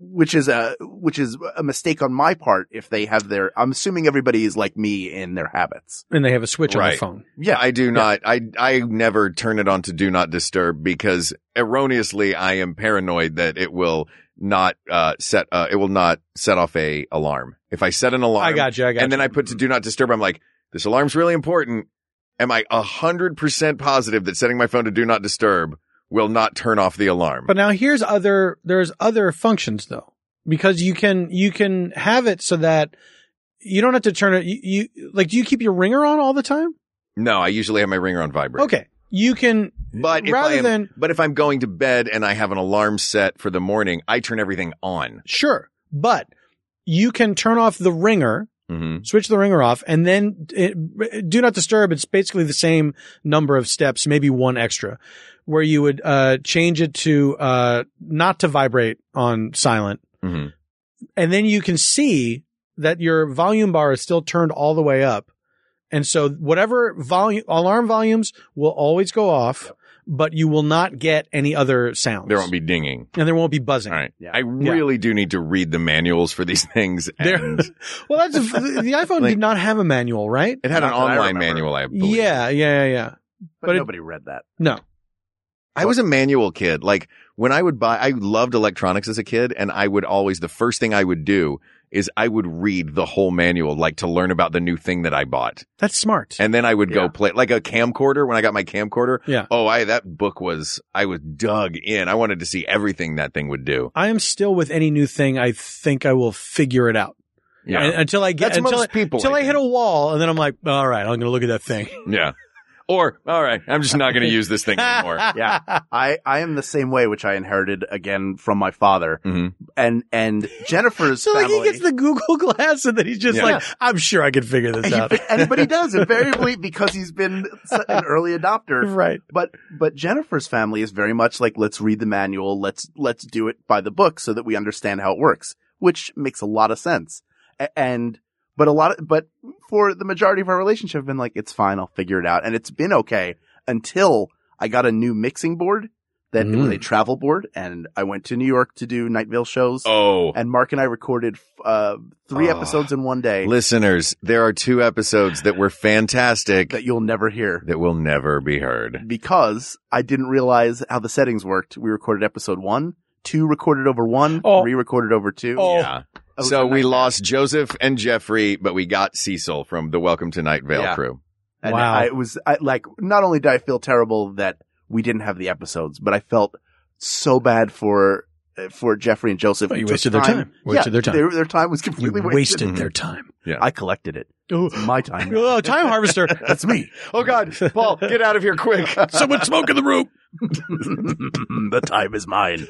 Speaker 1: which is a which is a mistake on my part if they have their I'm assuming everybody is like me in their habits.
Speaker 4: and they have a switch on their
Speaker 2: Right.
Speaker 4: phone.
Speaker 2: Yeah, I do not. I I never turn it on to do not disturb because erroneously I am paranoid that it will not uh set uh it will not set off a alarm. If I set an alarm,
Speaker 4: I got you. I got
Speaker 2: and
Speaker 4: you.
Speaker 2: then
Speaker 4: Mm-hmm.
Speaker 2: I put to do not disturb. I'm like, this alarm's really important. Am I a hundred percent positive that setting my phone to do not disturb will not turn off the alarm?
Speaker 4: But now here's other there's other functions though because you can you can have it so that you don't have to turn it you, you like do you keep your ringer on all the time?
Speaker 2: no, I usually have my ringer on vibrate.
Speaker 4: Okay. You can
Speaker 2: but if
Speaker 4: rather
Speaker 2: I am,
Speaker 4: than-
Speaker 2: but if I'm going to bed and I have an alarm set for the morning, I turn everything on.
Speaker 4: sure, but you can turn off the ringer,
Speaker 2: Mm-hmm.
Speaker 4: switch the ringer off and then it, do not disturb it's basically the same number of steps, maybe one extra where you would uh change it to uh not to vibrate on silent
Speaker 2: Mm-hmm.
Speaker 4: and then you can see that your volume bar is still turned all the way up. And so whatever volume alarm volumes will always go off, but you will not get any other sounds.
Speaker 2: There won't be dinging.
Speaker 4: and there won't be buzzing.
Speaker 2: All right.
Speaker 1: Yeah.
Speaker 2: I really do need to read the manuals for these things.
Speaker 4: There-
Speaker 2: And
Speaker 4: Well, that's a, the the iPhone
Speaker 2: Like-
Speaker 4: did not have a manual, right?
Speaker 2: it had an
Speaker 1: Not that I
Speaker 2: online
Speaker 1: remember.
Speaker 2: manual, I believe.
Speaker 4: Yeah, yeah, yeah, yeah.
Speaker 1: But,
Speaker 4: But it-
Speaker 1: nobody read that.
Speaker 4: No,
Speaker 2: I was a manual kid. Like when I would buy, I loved electronics as a kid and I would always, the first thing I would do is I would read the whole manual, like to learn about the new thing that I bought.
Speaker 4: that's smart.
Speaker 2: And then I would
Speaker 1: Yeah.
Speaker 2: go play like a camcorder when I got my camcorder.
Speaker 4: Yeah.
Speaker 2: Oh, I, that book was, I was dug in. I wanted to see everything that thing would do.
Speaker 4: I am still with any new thing. I think I will figure it out
Speaker 2: Yeah.
Speaker 4: And- until I get
Speaker 2: That's
Speaker 4: until,
Speaker 2: most
Speaker 4: I,
Speaker 2: people.
Speaker 4: until I hit
Speaker 2: think.
Speaker 4: a wall, and then I'm like, all right, I'm going to look at that thing.
Speaker 2: yeah. Or, all right, I'm just not going to use this thing anymore.
Speaker 1: Yeah. I I am the same way, which I inherited again from my father
Speaker 2: mm-hmm.
Speaker 1: and and Jennifer's
Speaker 4: So like
Speaker 1: family.
Speaker 4: he gets the Google Glass and then he's just
Speaker 2: Yeah.
Speaker 4: like, I'm sure I can figure this out.
Speaker 1: Anybody does invariably because he's been su- an early adopter.
Speaker 4: right.
Speaker 1: But but Jennifer's family is very much like let's read the manual, let's let's do it by the book so that we understand how it works, which makes a lot of sense. A- and but a lot of, but for the majority of our relationship, I've been like it's fine, I'll figure it out, and it's been okay until I got a new mixing board that it was
Speaker 4: Mm.
Speaker 1: a travel board, and I went to New York to do Nightvale shows.
Speaker 2: Oh,
Speaker 1: And Mark and I recorded uh, three
Speaker 2: Oh.
Speaker 1: episodes in one day
Speaker 2: listeners, there are two episodes that were fantastic
Speaker 1: that you'll never hear
Speaker 2: that will never be heard.
Speaker 1: because I didn't realize how the settings worked. We recorded episode one, two recorded over one,
Speaker 4: Oh.
Speaker 1: three recorded over two.
Speaker 4: Oh.
Speaker 2: Yeah.
Speaker 1: It was
Speaker 2: So
Speaker 1: a
Speaker 2: we
Speaker 1: nightmare.
Speaker 2: lost Joseph and Jeffrey, but we got Cecil from the Welcome to Night Vale
Speaker 1: Yeah.
Speaker 2: crew.
Speaker 1: And
Speaker 4: Wow.
Speaker 1: I, it was I, like, not only did I feel terrible that we didn't have the episodes, but I felt so bad for uh, for Jeffrey and Joseph.
Speaker 4: But
Speaker 1: who
Speaker 4: you
Speaker 1: took
Speaker 4: wasted their time. Wasted
Speaker 1: yeah,
Speaker 4: their time.
Speaker 1: Their, their time was
Speaker 4: You
Speaker 1: completely wasted.
Speaker 4: wasted their time.
Speaker 1: I collected it.
Speaker 4: Oh,
Speaker 1: It's my time.
Speaker 4: oh, time harvester.
Speaker 1: That's me.
Speaker 2: Oh God, Paul, get out of here quick!
Speaker 4: Someone smoke in the room.
Speaker 1: Mm, the time is mine.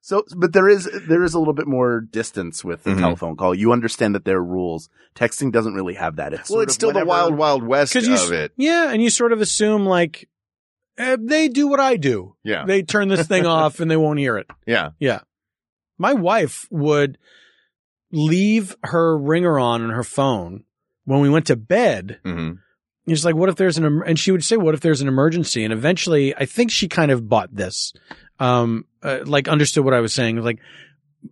Speaker 1: so, but there is there is a little bit more distance with the
Speaker 2: Mhm.
Speaker 1: telephone call. You understand that there are rules. Texting doesn't really have that. It's
Speaker 2: well,
Speaker 1: sort
Speaker 2: it's
Speaker 1: of
Speaker 2: still the
Speaker 1: whenever-
Speaker 2: wild, wild west of
Speaker 4: 'Cause you s-
Speaker 2: it.
Speaker 4: Yeah, and you sort of assume like eh, they do what I do.
Speaker 2: Yeah,
Speaker 4: They turn this thing off and they won't hear it.
Speaker 2: yeah.
Speaker 4: My wife would leave her ringer on on her phone when we went to bed.
Speaker 2: hmm
Speaker 4: And It's like, what if there's an, em-? and she would say, what if there's an emergency? And eventually, I think she kind of bought this, um, uh, like understood what I was saying. Like,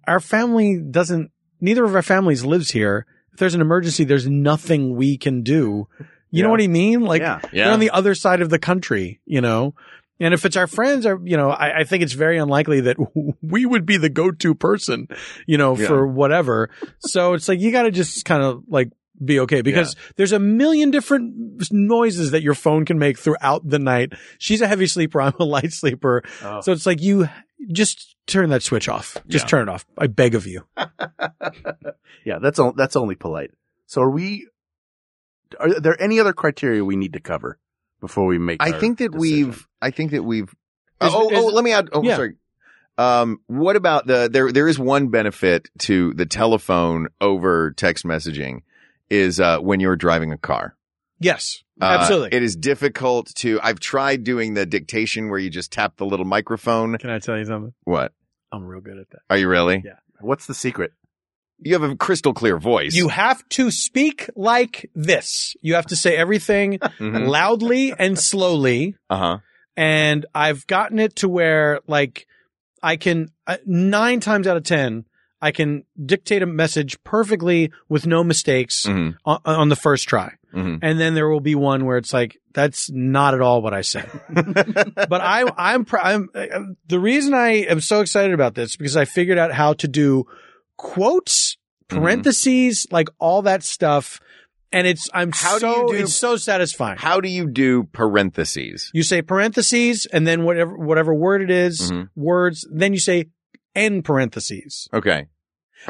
Speaker 4: our family doesn't, neither of our families lives here. If there's an emergency, there's nothing we can do. You know
Speaker 1: Yeah.
Speaker 4: what I mean? Like,
Speaker 1: yeah.
Speaker 4: they're
Speaker 2: Yeah.
Speaker 4: on the other side of the country, you know? And if it's our friends, or, you know, I, I think it's very unlikely that we would be the go-to person, you know,
Speaker 2: Yeah.
Speaker 4: for whatever. So it's like, you got to just kind of like be okay because there's a million different noises that your phone can make throughout the night. She's a heavy sleeper. I'm a light sleeper.
Speaker 1: Oh.
Speaker 4: So it's like, you just turn that switch off. Just
Speaker 2: Yeah.
Speaker 4: turn it off. I beg of you.
Speaker 1: Yeah, that's all. That's only polite. So, are we? Are there any other criteria we need to cover before we make?
Speaker 2: I
Speaker 1: our
Speaker 2: think that
Speaker 1: decision?
Speaker 2: we've. I think that we've.
Speaker 4: Is-
Speaker 2: oh, oh,
Speaker 4: is-
Speaker 2: let me add. Oh,
Speaker 4: yeah.
Speaker 2: sorry. Um, what about the there? There is one benefit to the telephone over text messaging is uh, when you're driving a car.
Speaker 4: Yes.
Speaker 2: Uh,
Speaker 4: absolutely.
Speaker 2: it is difficult to. I've tried doing the dictation where you just tap the little microphone.
Speaker 4: can I tell you something?
Speaker 2: What
Speaker 4: I'm real good at that.
Speaker 2: are you really?
Speaker 4: Yeah.
Speaker 1: What's the secret?
Speaker 2: You have a crystal clear voice.
Speaker 4: You have to speak like this. You have to say everything
Speaker 2: Mm-hmm.
Speaker 4: loudly and slowly.
Speaker 2: Uh huh.
Speaker 4: And I've gotten it to where like I can uh, nine times out of 10, I can dictate a message perfectly with no mistakes
Speaker 2: Mhm.
Speaker 4: on, on the first try.
Speaker 2: Mhm.
Speaker 4: And then there will be one where it's like, that's not at all what I said. but I, I'm, pr- I'm, uh, the reason I am so excited about this is because I figured out how to do quotes,
Speaker 2: Mm-hmm.
Speaker 4: parentheses, like all that stuff. And it's, I'm
Speaker 2: How do
Speaker 4: so,
Speaker 2: you do-
Speaker 4: it's so satisfying.
Speaker 2: How do you do parentheses?
Speaker 4: you say parentheses and then whatever, whatever word it is,
Speaker 2: Mhm.
Speaker 4: words, then you say end parentheses.
Speaker 2: Okay.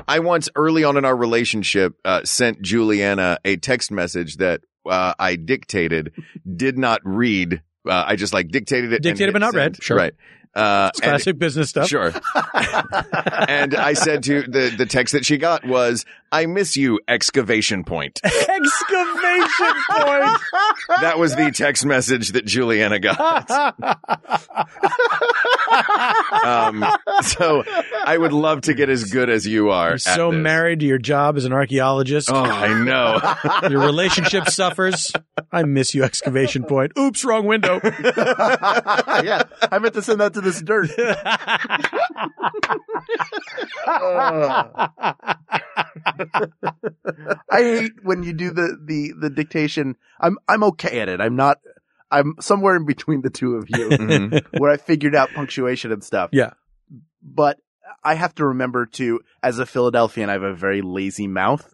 Speaker 2: I once early on in our relationship uh, sent Juliana a text message that uh, I dictated, did not read. Uh, I just like dictated it, and hit
Speaker 4: Dictated but not read.
Speaker 2: send.
Speaker 4: Sure.
Speaker 2: Right. Uh,
Speaker 4: It's
Speaker 2: and-
Speaker 4: classic business stuff.
Speaker 2: Sure. and I said to the the text that she got was, "I miss you!" Excavation point.
Speaker 4: Excavation point.
Speaker 2: That was the text message that Juliana got. Um, so I would love to get as good as you are.
Speaker 4: You're
Speaker 2: at
Speaker 4: so
Speaker 2: this.
Speaker 4: married to your job as an archaeologist.
Speaker 2: Oh, I know.
Speaker 4: Your relationship suffers. I miss you, excavation point. Oops, wrong window.
Speaker 1: yeah, I meant to send that to this dirt. Uh. I hate when you do the the the dictation. I'm I'm okay at it. I'm not. I'm somewhere in between the two of you
Speaker 2: Mhm.
Speaker 1: where I figured out punctuation and stuff.
Speaker 4: Yeah.
Speaker 1: But I have to remember to, as a Philadelphian, I have a very lazy mouth.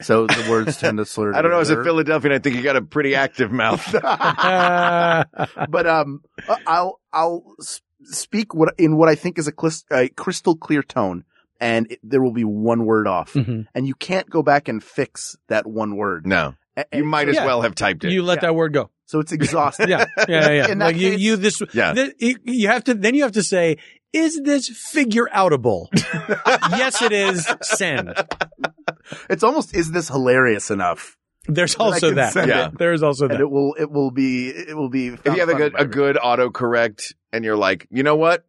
Speaker 1: So the words tend to slur.
Speaker 2: I don't know. As a
Speaker 1: together.
Speaker 2: Philadelphian, I think you got a pretty active mouth.
Speaker 4: Uh,
Speaker 1: but um, I- I'll I'll s- speak what in what I think is a, clis- a crystal clear tone, and it, there will be one word off,
Speaker 2: Hmm.
Speaker 4: mhm.
Speaker 1: and you can't go back and fix that one word.
Speaker 2: no,
Speaker 1: A- a-
Speaker 2: you might as
Speaker 4: Yeah.
Speaker 2: well have typed it.
Speaker 4: You let
Speaker 1: Yeah.
Speaker 4: that word go.
Speaker 1: so it's exhausting.
Speaker 4: Yeah, yeah, yeah.
Speaker 1: In that
Speaker 4: Like you,
Speaker 1: case-
Speaker 4: you this.
Speaker 2: yeah.
Speaker 4: th- you- you have to. Then you have to say, "Is this figure outable?" yes, it is. Send.
Speaker 1: It's almost is this hilarious enough?
Speaker 4: There's
Speaker 1: I
Speaker 4: also
Speaker 1: can
Speaker 4: that.
Speaker 1: send
Speaker 2: Yeah.
Speaker 1: it.
Speaker 4: There is also
Speaker 1: And
Speaker 4: that.
Speaker 1: it will it will be it will be.
Speaker 2: if you have a good a
Speaker 1: found
Speaker 2: good autocorrect, and you're like, you know what,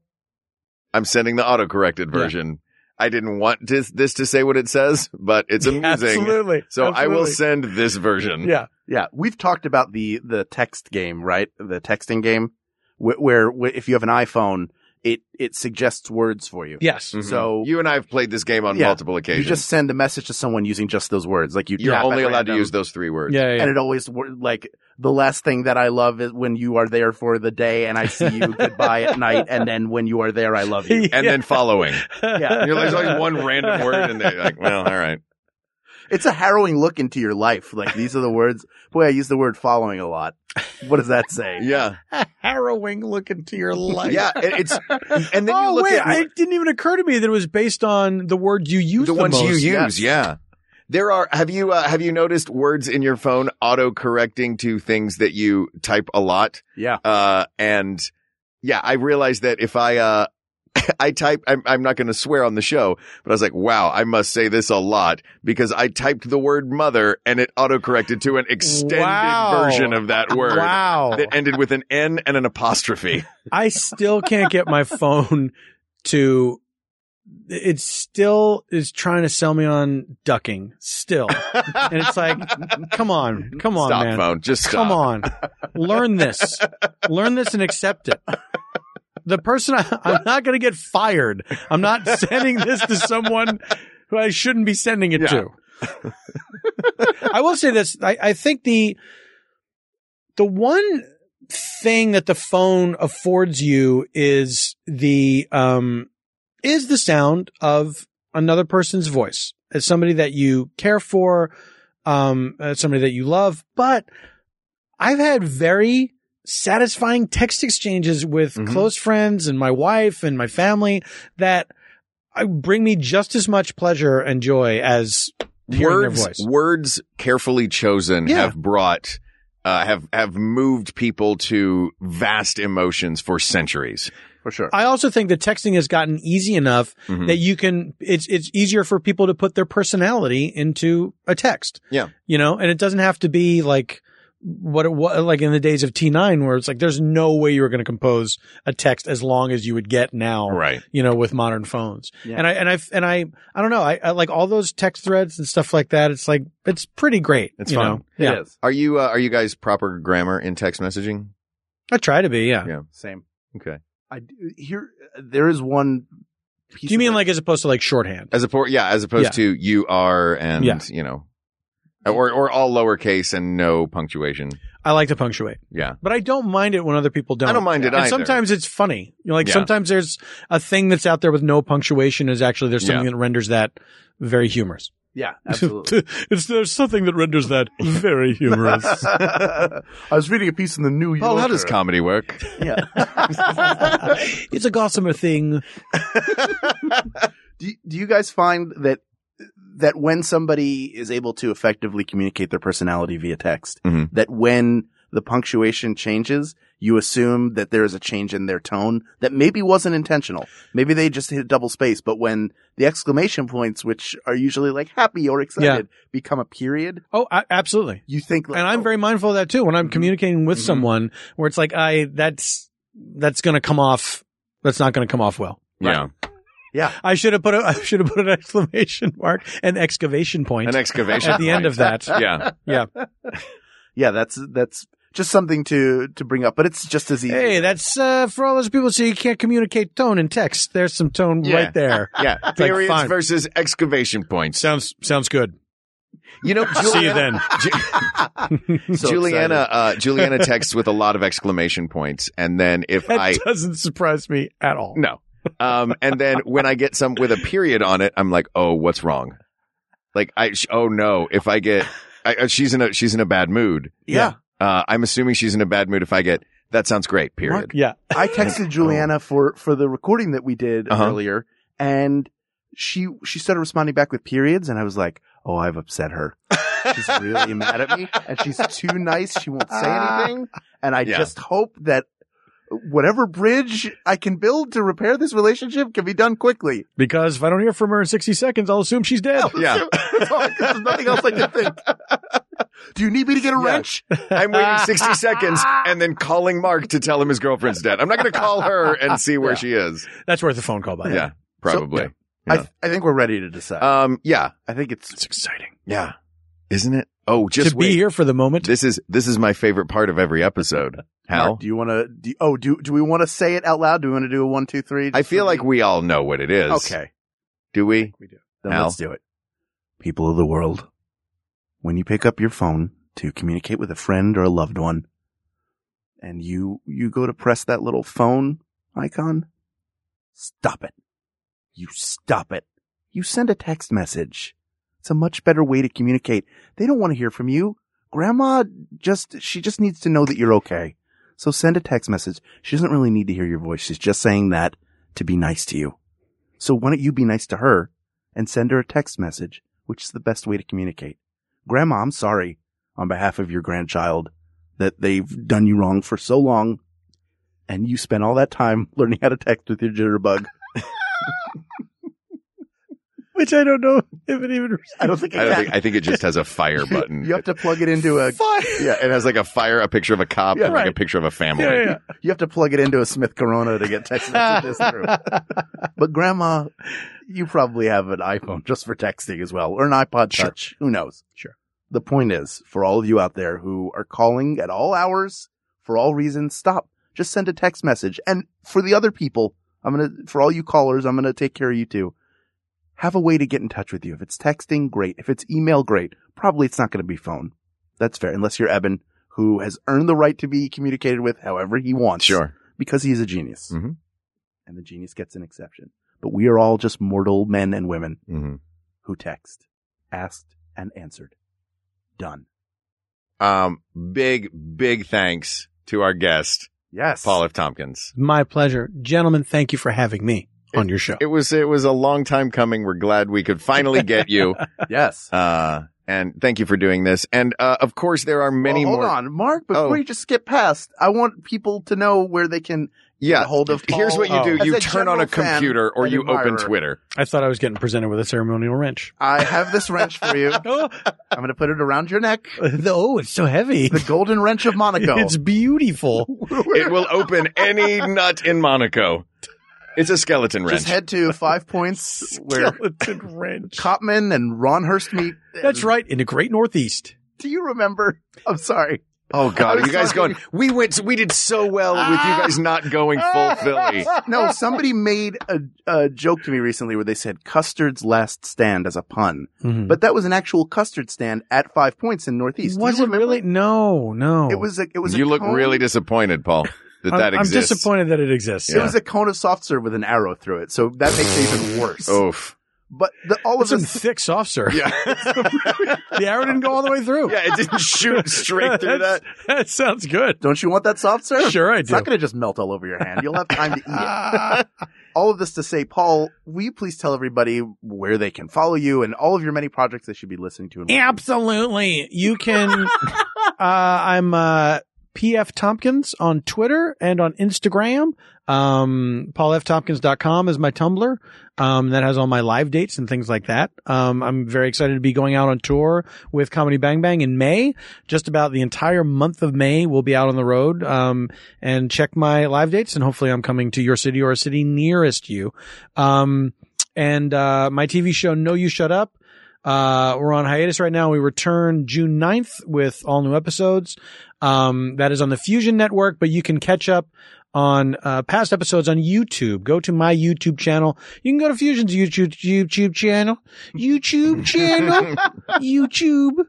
Speaker 2: I'm sending the autocorrected version. I didn't want this, this to say what it says, but it's amusing.
Speaker 4: Absolutely.
Speaker 2: So I will
Speaker 4: Absolutely.
Speaker 2: send this version.
Speaker 4: Yeah.
Speaker 1: Yeah, we've talked about the the text game, right? The texting game where, where, where if you have an iPhone, it it suggests words for you.
Speaker 4: Yes.
Speaker 2: Mhm.
Speaker 1: So
Speaker 2: You and I have played this game on
Speaker 1: Yeah.
Speaker 2: multiple
Speaker 1: you
Speaker 2: occasions.
Speaker 1: just send a message to someone using just those words. Like you,
Speaker 2: You're
Speaker 1: tap at
Speaker 2: only allowed to
Speaker 1: random,
Speaker 2: use those three words.
Speaker 4: Yeah. yeah.
Speaker 1: And it always wor- like the last thing that I love is when you are there for the day and I see you goodbye at night, and then when you are there, I love you.
Speaker 2: And then following.
Speaker 1: Yeah.
Speaker 2: You know, there's always one random word and they're like, well, all right.
Speaker 1: It's a harrowing look into your life. Like these are the words. Boy, I use the word following a lot. What does that say?
Speaker 2: Yeah.
Speaker 4: a harrowing look into your life.
Speaker 2: Yeah. it- it's, and then you
Speaker 4: oh
Speaker 2: look
Speaker 4: wait,
Speaker 2: at
Speaker 4: it didn't even occur to me that it was based on the word you use.
Speaker 2: the ones you
Speaker 4: most.
Speaker 2: use.
Speaker 1: yes.
Speaker 2: Yeah. There are, have you, uh, have you noticed words in your phone auto correcting to things that you type a lot?
Speaker 1: Yeah.
Speaker 2: Uh, and yeah, I realized that if I, uh, I type, I'm, I'm not going to swear on the show, but I was like, wow, I must say this a lot because I typed the word mother and it autocorrected to an extended
Speaker 4: Wow.
Speaker 2: version of that word
Speaker 4: Wow,
Speaker 2: that ended with an N and an apostrophe.
Speaker 4: I still can't get my phone to. It still is trying to sell me on ducking still, and it's like, come on, come on,
Speaker 2: stop
Speaker 4: man,
Speaker 2: phone. Just stop.
Speaker 4: come on, learn this, learn this, and accept it. The person I, I'm not going to get fired. I'm not sending this to someone who I shouldn't be sending it
Speaker 2: Yeah.
Speaker 4: to. I will say this. I, I think the the one thing that the phone affords you is the um is the sound of another person's voice. As somebody that you care for, um, as somebody that you love. But I've had very satisfying text exchanges with
Speaker 2: Mhm.
Speaker 4: close friends and my wife and my family that uh, bring me just as much pleasure and joy as hearing their
Speaker 2: words
Speaker 4: voice.
Speaker 2: words carefully chosen
Speaker 4: Yeah.
Speaker 2: have brought uh, have have moved people to vast emotions for centuries.
Speaker 1: for sure.
Speaker 4: I also think that texting has gotten easy enough
Speaker 2: Mhm.
Speaker 4: that you can it's it's easier for people to put their personality into a text.
Speaker 2: Yeah.
Speaker 4: You know, and it doesn't have to be like what it was like in the days of T9 where it's like there's no way you were going to compose a text as long as you would get now
Speaker 2: Right.
Speaker 4: you know, with modern phones.
Speaker 1: Yeah.
Speaker 4: And I, and I, and I, I don't know. I, I like all those text threads and stuff like that. It's like, it's pretty great.
Speaker 2: It's
Speaker 4: you
Speaker 2: fun.
Speaker 4: know?
Speaker 1: It
Speaker 4: Yeah.
Speaker 1: is.
Speaker 2: Are you uh, are you guys proper grammar in text messaging?
Speaker 4: I try to be. Yeah.
Speaker 2: Yeah.
Speaker 1: Same.
Speaker 2: Okay.
Speaker 1: I do- here. There is one. Piece
Speaker 4: Do you
Speaker 1: of
Speaker 4: mean
Speaker 1: it-
Speaker 4: like as opposed to like shorthand?
Speaker 2: As opposed, yeah, as opposed
Speaker 4: Yeah.
Speaker 2: to you are and
Speaker 4: Yeah.
Speaker 2: you know, or or all lowercase and no punctuation.
Speaker 4: I like to punctuate,
Speaker 2: Yeah.
Speaker 4: but I don't mind it when other people don't.
Speaker 2: I don't mind it
Speaker 4: And
Speaker 2: either.
Speaker 4: sometimes it's funny. You know, like
Speaker 2: Yeah.
Speaker 4: sometimes there's a thing that's out there with no punctuation is actually there's something
Speaker 2: Yeah.
Speaker 4: that renders that very humorous.
Speaker 1: Yeah, absolutely.
Speaker 4: it's there's something that renders that very humorous.
Speaker 1: I was reading a piece in the New Yorker.
Speaker 2: Paul, how does comedy work?
Speaker 1: Yeah.
Speaker 4: it's a gossamer thing.
Speaker 1: do, do you guys find that that when somebody is able to effectively communicate their personality via text,
Speaker 4: Mm-hmm.
Speaker 2: Mhm.
Speaker 1: that when the punctuation changes, you assume that there is a change in their tone that maybe wasn't intentional. Maybe they just hit double space, but when the exclamation points, which are usually like happy or excited, become a period,
Speaker 4: Oh, I, absolutely.
Speaker 1: you think like,
Speaker 4: and I'm
Speaker 1: oh,
Speaker 4: very mindful of that too when I'm
Speaker 2: Mm-hmm.
Speaker 1: Mhm.
Speaker 4: communicating with
Speaker 1: Mhm.
Speaker 4: someone where it's like I that's that's going to come off that's not going to come off well.
Speaker 2: Yeah,
Speaker 4: I should have put a I should have put an exclamation mark and excavation point
Speaker 2: an excavation
Speaker 4: at the end of that.
Speaker 2: Yeah,
Speaker 1: yeah, that's that's just something to to bring up, but it's just as easy.
Speaker 4: Hey, that's uh, for all those people who say you can't communicate tone in text. There's some tone
Speaker 2: Yeah.
Speaker 4: right there.
Speaker 2: yeah. Periods
Speaker 4: fine.
Speaker 2: versus excavation points.
Speaker 4: Sounds sounds good.
Speaker 2: You know,
Speaker 4: See you
Speaker 2: Juliana-
Speaker 4: then.
Speaker 1: So
Speaker 2: Juliana uh, Juliana texts with a lot of exclamation points, and then if
Speaker 4: That
Speaker 2: I
Speaker 4: doesn't surprise me at all.
Speaker 2: no, um, and then when I get some with a period on it, I'm like, oh, what's wrong? Like I sh- oh no, if I get I, uh, she's in a she's in a bad mood.
Speaker 1: Yeah.
Speaker 2: Uh, I'm assuming she's in a bad mood if I get that sounds great. Period.
Speaker 4: Yeah.
Speaker 1: I texted Juliana for for the recording that we did
Speaker 2: Uh-huh.
Speaker 1: earlier, and she she started responding back with periods, and I was like, "Oh, I've upset her. She's really mad at me, and she's too nice. She won't say anything." And I
Speaker 2: Yeah.
Speaker 1: just hope that whatever bridge I can build to repair this relationship can be done quickly.
Speaker 4: Because if I don't hear from her in 60 seconds, I'll assume she's dead.
Speaker 2: Yeah.
Speaker 1: That's all I- There's nothing else I can think. Do you need me to get a
Speaker 2: Yeah.
Speaker 1: wrench?
Speaker 2: I'm waiting 60 seconds and then calling Mark to tell him his girlfriend's dead. I'm not going to call her and see where
Speaker 1: Yeah.
Speaker 2: she is.
Speaker 4: That's worth a phone call, by the way.
Speaker 2: Yeah, probably.
Speaker 1: I, I think we're ready to decide.
Speaker 2: Um, yeah,
Speaker 1: I think it's
Speaker 4: It's exciting.
Speaker 2: yeah. isn't it? Oh, just
Speaker 4: to
Speaker 2: wait.
Speaker 4: be here for the moment.
Speaker 2: This is this is my favorite part of every episode. Hal,
Speaker 1: Mark, do you want to? Do, oh, do do we want to say it out loud? Do we want to do a one, two, three?
Speaker 2: I feel like we all know what it is.
Speaker 1: Okay,
Speaker 2: do we?
Speaker 1: we do. Then
Speaker 2: Al?
Speaker 1: let's do it. People of the world, when you pick up your phone to communicate with a friend or a loved one, and you you go to press that little phone icon, stop it. You stop it. You send a text message. It's a much better way to communicate. They don't want to hear from you. Grandma just she just needs to know that you're okay. So send a text message. She doesn't really need to hear your voice. She's just saying that to be nice to you. So why don't you be nice to her and send her a text message, which is the best way to communicate. Grandma, I'm sorry on behalf of your grandchild that they've done you wrong for so long and you spent all that time learning how to text with your jitterbug.
Speaker 4: which I don't know if it even.
Speaker 1: I don't think
Speaker 2: I don't
Speaker 1: can.
Speaker 2: think I think it just has a fire button.
Speaker 1: You have to plug it into a
Speaker 4: Fire.
Speaker 2: yeah, it has like a fire, a picture of a cop,
Speaker 1: Yeah,
Speaker 2: and like a
Speaker 4: right.
Speaker 2: picture of a family.
Speaker 4: Yeah, yeah.
Speaker 1: you have to plug it into a Smith Corona to get text messages through. But grandma, you probably have an iPhone just for texting as well, or an iPod
Speaker 4: Sure.
Speaker 1: Touch. Who knows?
Speaker 4: Sure.
Speaker 1: The point is, for all of you out there who are calling at all hours for all reasons, stop. Just send a text message. And for the other people, I'm gonna for all you callers, I'm gonna take care of you too. Have a way to get in touch with you. If it's texting, great. If it's email, great. Probably it's not gonna be phone. That's fair, unless you're Eben, who has earned the right to be communicated with however he wants
Speaker 2: Sure.
Speaker 1: because he's a genius.
Speaker 2: Mhm.
Speaker 1: And the genius gets an exception. But we are all just mortal men and women
Speaker 2: hmm
Speaker 1: who text, asked, and answered. Done.
Speaker 2: Um, big big thanks to our guest
Speaker 1: Yes.
Speaker 2: Paul F. Tompkins.
Speaker 4: My pleasure, gentlemen. Thank you for having me on your show.
Speaker 2: It was it was a long time coming. We're glad we could finally get you.
Speaker 1: Yes.
Speaker 2: Uh, and thank you for doing this. And uh, of course, there are many
Speaker 1: Well,
Speaker 2: more.
Speaker 1: Oh, Hold on, Mark. Before
Speaker 2: Oh.
Speaker 1: you just skip past, I want people to know where they can
Speaker 2: Yeah.
Speaker 1: get hold of. Paul.
Speaker 2: Here's what you do:
Speaker 1: As
Speaker 2: you
Speaker 1: a
Speaker 2: turn on a
Speaker 1: general fan
Speaker 2: computer, or
Speaker 1: and
Speaker 2: you open
Speaker 1: admirer,
Speaker 2: Twitter.
Speaker 4: I thought I was getting presented with a ceremonial wrench.
Speaker 1: I have this wrench for you.
Speaker 4: Oh,
Speaker 1: I'm going to put it around your neck.
Speaker 4: oh it's so heavy.
Speaker 1: The golden wrench of Monaco.
Speaker 4: It's beautiful.
Speaker 2: It will open any nut in Monaco. It's a skeleton wrench.
Speaker 1: just head to Five Points where
Speaker 4: Skeleton wrench.
Speaker 1: Copman and Ron Hurst meet.
Speaker 4: That's right. In the great Northeast.
Speaker 1: Do you remember? I'm sorry.
Speaker 2: Oh
Speaker 1: I
Speaker 2: God,
Speaker 1: was
Speaker 2: you guys
Speaker 1: talking-
Speaker 2: going? We went. We did so well with you guys not going full Philly.
Speaker 1: No, somebody made a, a joke to me recently where they said custard's last stand as a pun,
Speaker 2: Mm-hmm.
Speaker 4: Mhm.
Speaker 1: but that was an actual custard stand at Five Points in Northeast. Do you
Speaker 4: was it
Speaker 1: remember?
Speaker 4: really? No, no.
Speaker 1: It was a, it was.
Speaker 2: you
Speaker 1: a
Speaker 2: look
Speaker 1: cone,
Speaker 2: really disappointed, Paul, that
Speaker 4: I'm,
Speaker 2: that
Speaker 4: I'm
Speaker 2: exists.
Speaker 4: disappointed that it exists.
Speaker 1: It was a cone of soft serve with an arrow through it, so that makes it
Speaker 2: Oh.
Speaker 1: even worse.
Speaker 2: Oof.
Speaker 1: But the, all of
Speaker 4: That's some
Speaker 1: us,
Speaker 4: thick soft serve.
Speaker 2: Yeah.
Speaker 4: The arrow didn't go all the way through.
Speaker 2: yeah. It didn't shoot straight through
Speaker 4: That's-
Speaker 2: that.
Speaker 4: That sounds good.
Speaker 1: don't you want that soft serve?
Speaker 4: Sure, I
Speaker 1: It's
Speaker 4: do.
Speaker 1: not going to just melt all over your hand. You'll have time to eat it.
Speaker 4: Ah.
Speaker 1: all of this to say, Paul, will you please tell everybody where they can follow you and all of your many projects they should be listening to? And
Speaker 4: Absolutely. You can. uh, I'm uh, PF Tompkins on Twitter and on Instagram. Um, PaulFTompkins.com is my Tumblr. Um, that has all my live dates and things like that. Um, I'm very excited to be going out on tour with Comedy Bang Bang in May. Just about the entire month of May, we'll be out on the road. Um, and check my live dates, and hopefully, I'm coming to your city or a city nearest you. Um, and uh, my TV show, No You Shut Up. Uh, we're on hiatus right now. We return June 9th with all new episodes. Um, that is on the Fusion Network, but you can catch up on uh, past episodes on YouTube. Go to my YouTube channel. You can go to Fusion's YouTube YouTube channel, YouTube channel, YouTube.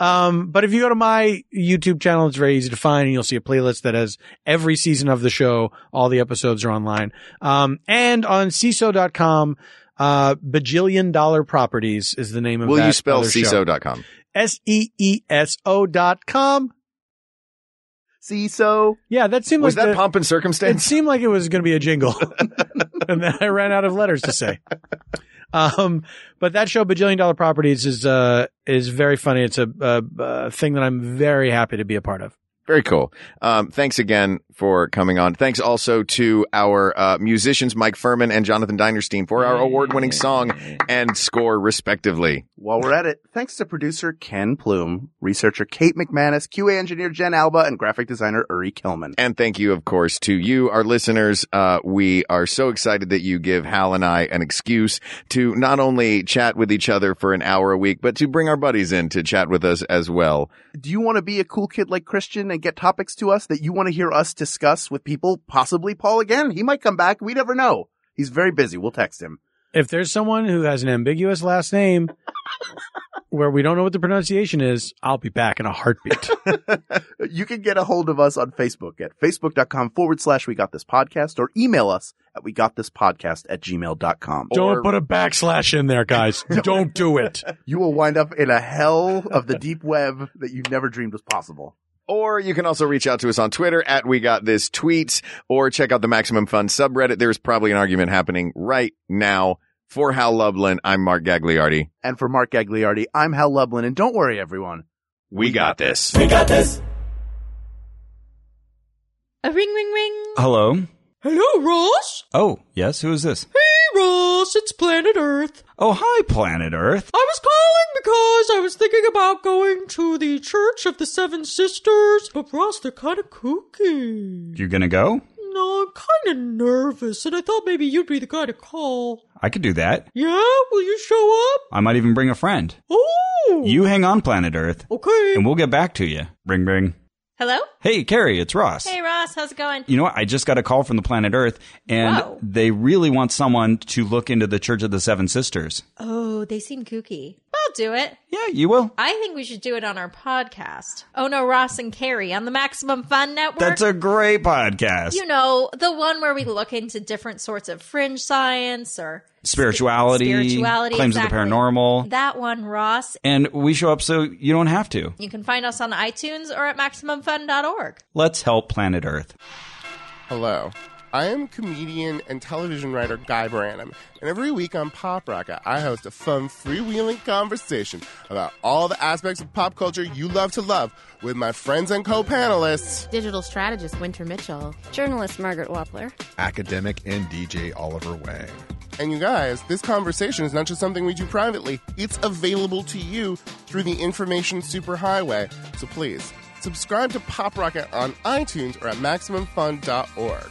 Speaker 4: Um, but if you go to my YouTube channel, it's very easy to find, and you'll see a playlist that has every season of the show. All the episodes are online. Um, and on CISO.com, uh, bajillion dollar properties is the name of
Speaker 2: Will
Speaker 4: that
Speaker 2: you spell
Speaker 4: other show.
Speaker 2: CISO.com?
Speaker 4: S E E S O dot com.
Speaker 1: see, so
Speaker 4: Yeah, that seemed
Speaker 2: Was
Speaker 4: like
Speaker 2: that
Speaker 4: the-
Speaker 2: pomp and
Speaker 4: it
Speaker 2: circumstance?
Speaker 4: seemed like it was going to be a jingle, and then I ran out of letters to say. Um, but that show, Bajillion Dollar Properties, is uh is very funny. It's a, a, a thing that I'm very happy to be a part of.
Speaker 2: Very cool. Um, thanks again for coming on. Thanks also to our uh, musicians, Mike Furman and Jonathan Dinerstein, for our award winning song and score, respectively.
Speaker 1: While we're at it, thanks to producer Ken Plume, researcher Kate McManus, QA engineer Jen Alba, and graphic designer Uri Kilman.
Speaker 2: And thank you, of course, to you, our listeners. Uh, we are so excited that you give Hal and I an excuse to not only chat with each other for an hour a week, but to bring our buddies in to chat with us as well.
Speaker 1: Do you want to be a cool kid like Christian and get topics to us that you want to hear us discuss with people? Possibly Paul again. He might come back. We never know. He's very busy. We'll text him.
Speaker 4: If there's someone who has an ambiguous last name where we don't know what the pronunciation is, I'll be back in a heartbeat.
Speaker 1: You can get a hold of us on Facebook at facebook.com forward slash we got this podcast or email us at we got this podcast at gmail.com.
Speaker 4: don't put a backslash in there, guys. don't do it.
Speaker 1: You will wind up in a hell of the deep web that you never dreamed was possible.
Speaker 2: Or you can also reach out to us on Twitter at We Got This Tweets or check out the Maximum Fun subreddit. There's probably an argument happening right now. For Hal Lublin, I'm Mark Gagliardi.
Speaker 1: And for Mark Gagliardi, I'm Hal Lublin. And don't worry, everyone.
Speaker 2: We, got this.
Speaker 3: We got this.
Speaker 5: A ring, ring, ring.
Speaker 6: Hello.
Speaker 5: Hello, Ross.
Speaker 6: Oh, yes. Who is this?
Speaker 5: Hey, Ross. It's Planet Earth.
Speaker 6: Oh, hi, planet Earth.
Speaker 5: I was calling because I was thinking about going to the Church of the Seven Sisters, but Ross, they're kind of kooky.
Speaker 6: You gonna go?
Speaker 5: No, I'm kind of nervous, and I thought maybe you'd be the guy to call.
Speaker 6: I could do that.
Speaker 5: Yeah, will you show up?
Speaker 6: I might even bring a friend.
Speaker 5: Oh,
Speaker 6: You hang on, planet Earth,
Speaker 5: okay?
Speaker 6: and we'll get back to you. Ring, ring.
Speaker 7: Hello?
Speaker 6: Hey, Carrie, it's Ross.
Speaker 7: Hey, Ross, how's it going?
Speaker 6: You know what? I just got a call from the planet Earth, and
Speaker 7: Whoa.
Speaker 6: they really want someone to look into the Church of the Seven Sisters.
Speaker 7: Oh, they seem kooky. I'll do it.
Speaker 6: Yeah, you will.
Speaker 7: I think we should do it on our podcast. Oh no, Ross and Carrie on the Maximum Fun Network.
Speaker 6: That's a great podcast.
Speaker 7: you know, the one where we look into different sorts of fringe science or
Speaker 6: Spirituality,
Speaker 7: spirituality,
Speaker 6: claims of
Speaker 7: exactly.
Speaker 6: the paranormal,
Speaker 7: That one, Ross.
Speaker 6: and we show up so you don't have to.
Speaker 7: You can find us on iTunes or at MaximumFun.org.
Speaker 6: Let's help planet Earth.
Speaker 8: Hello. I am comedian and television writer Guy Branum, and every week on Pop Rocket, I host a fun freewheeling conversation about all the aspects of pop culture you love to love with my friends and co panelists.
Speaker 9: Digital strategist Winter Mitchell.
Speaker 10: Journalist Margaret Wappler.
Speaker 11: academic and DJ Oliver Wang.
Speaker 8: And you guys, this conversation is not just something we do privately, it's available to you through the information superhighway. So please, subscribe to Pop Rocket on iTunes or at MaximumFun.org.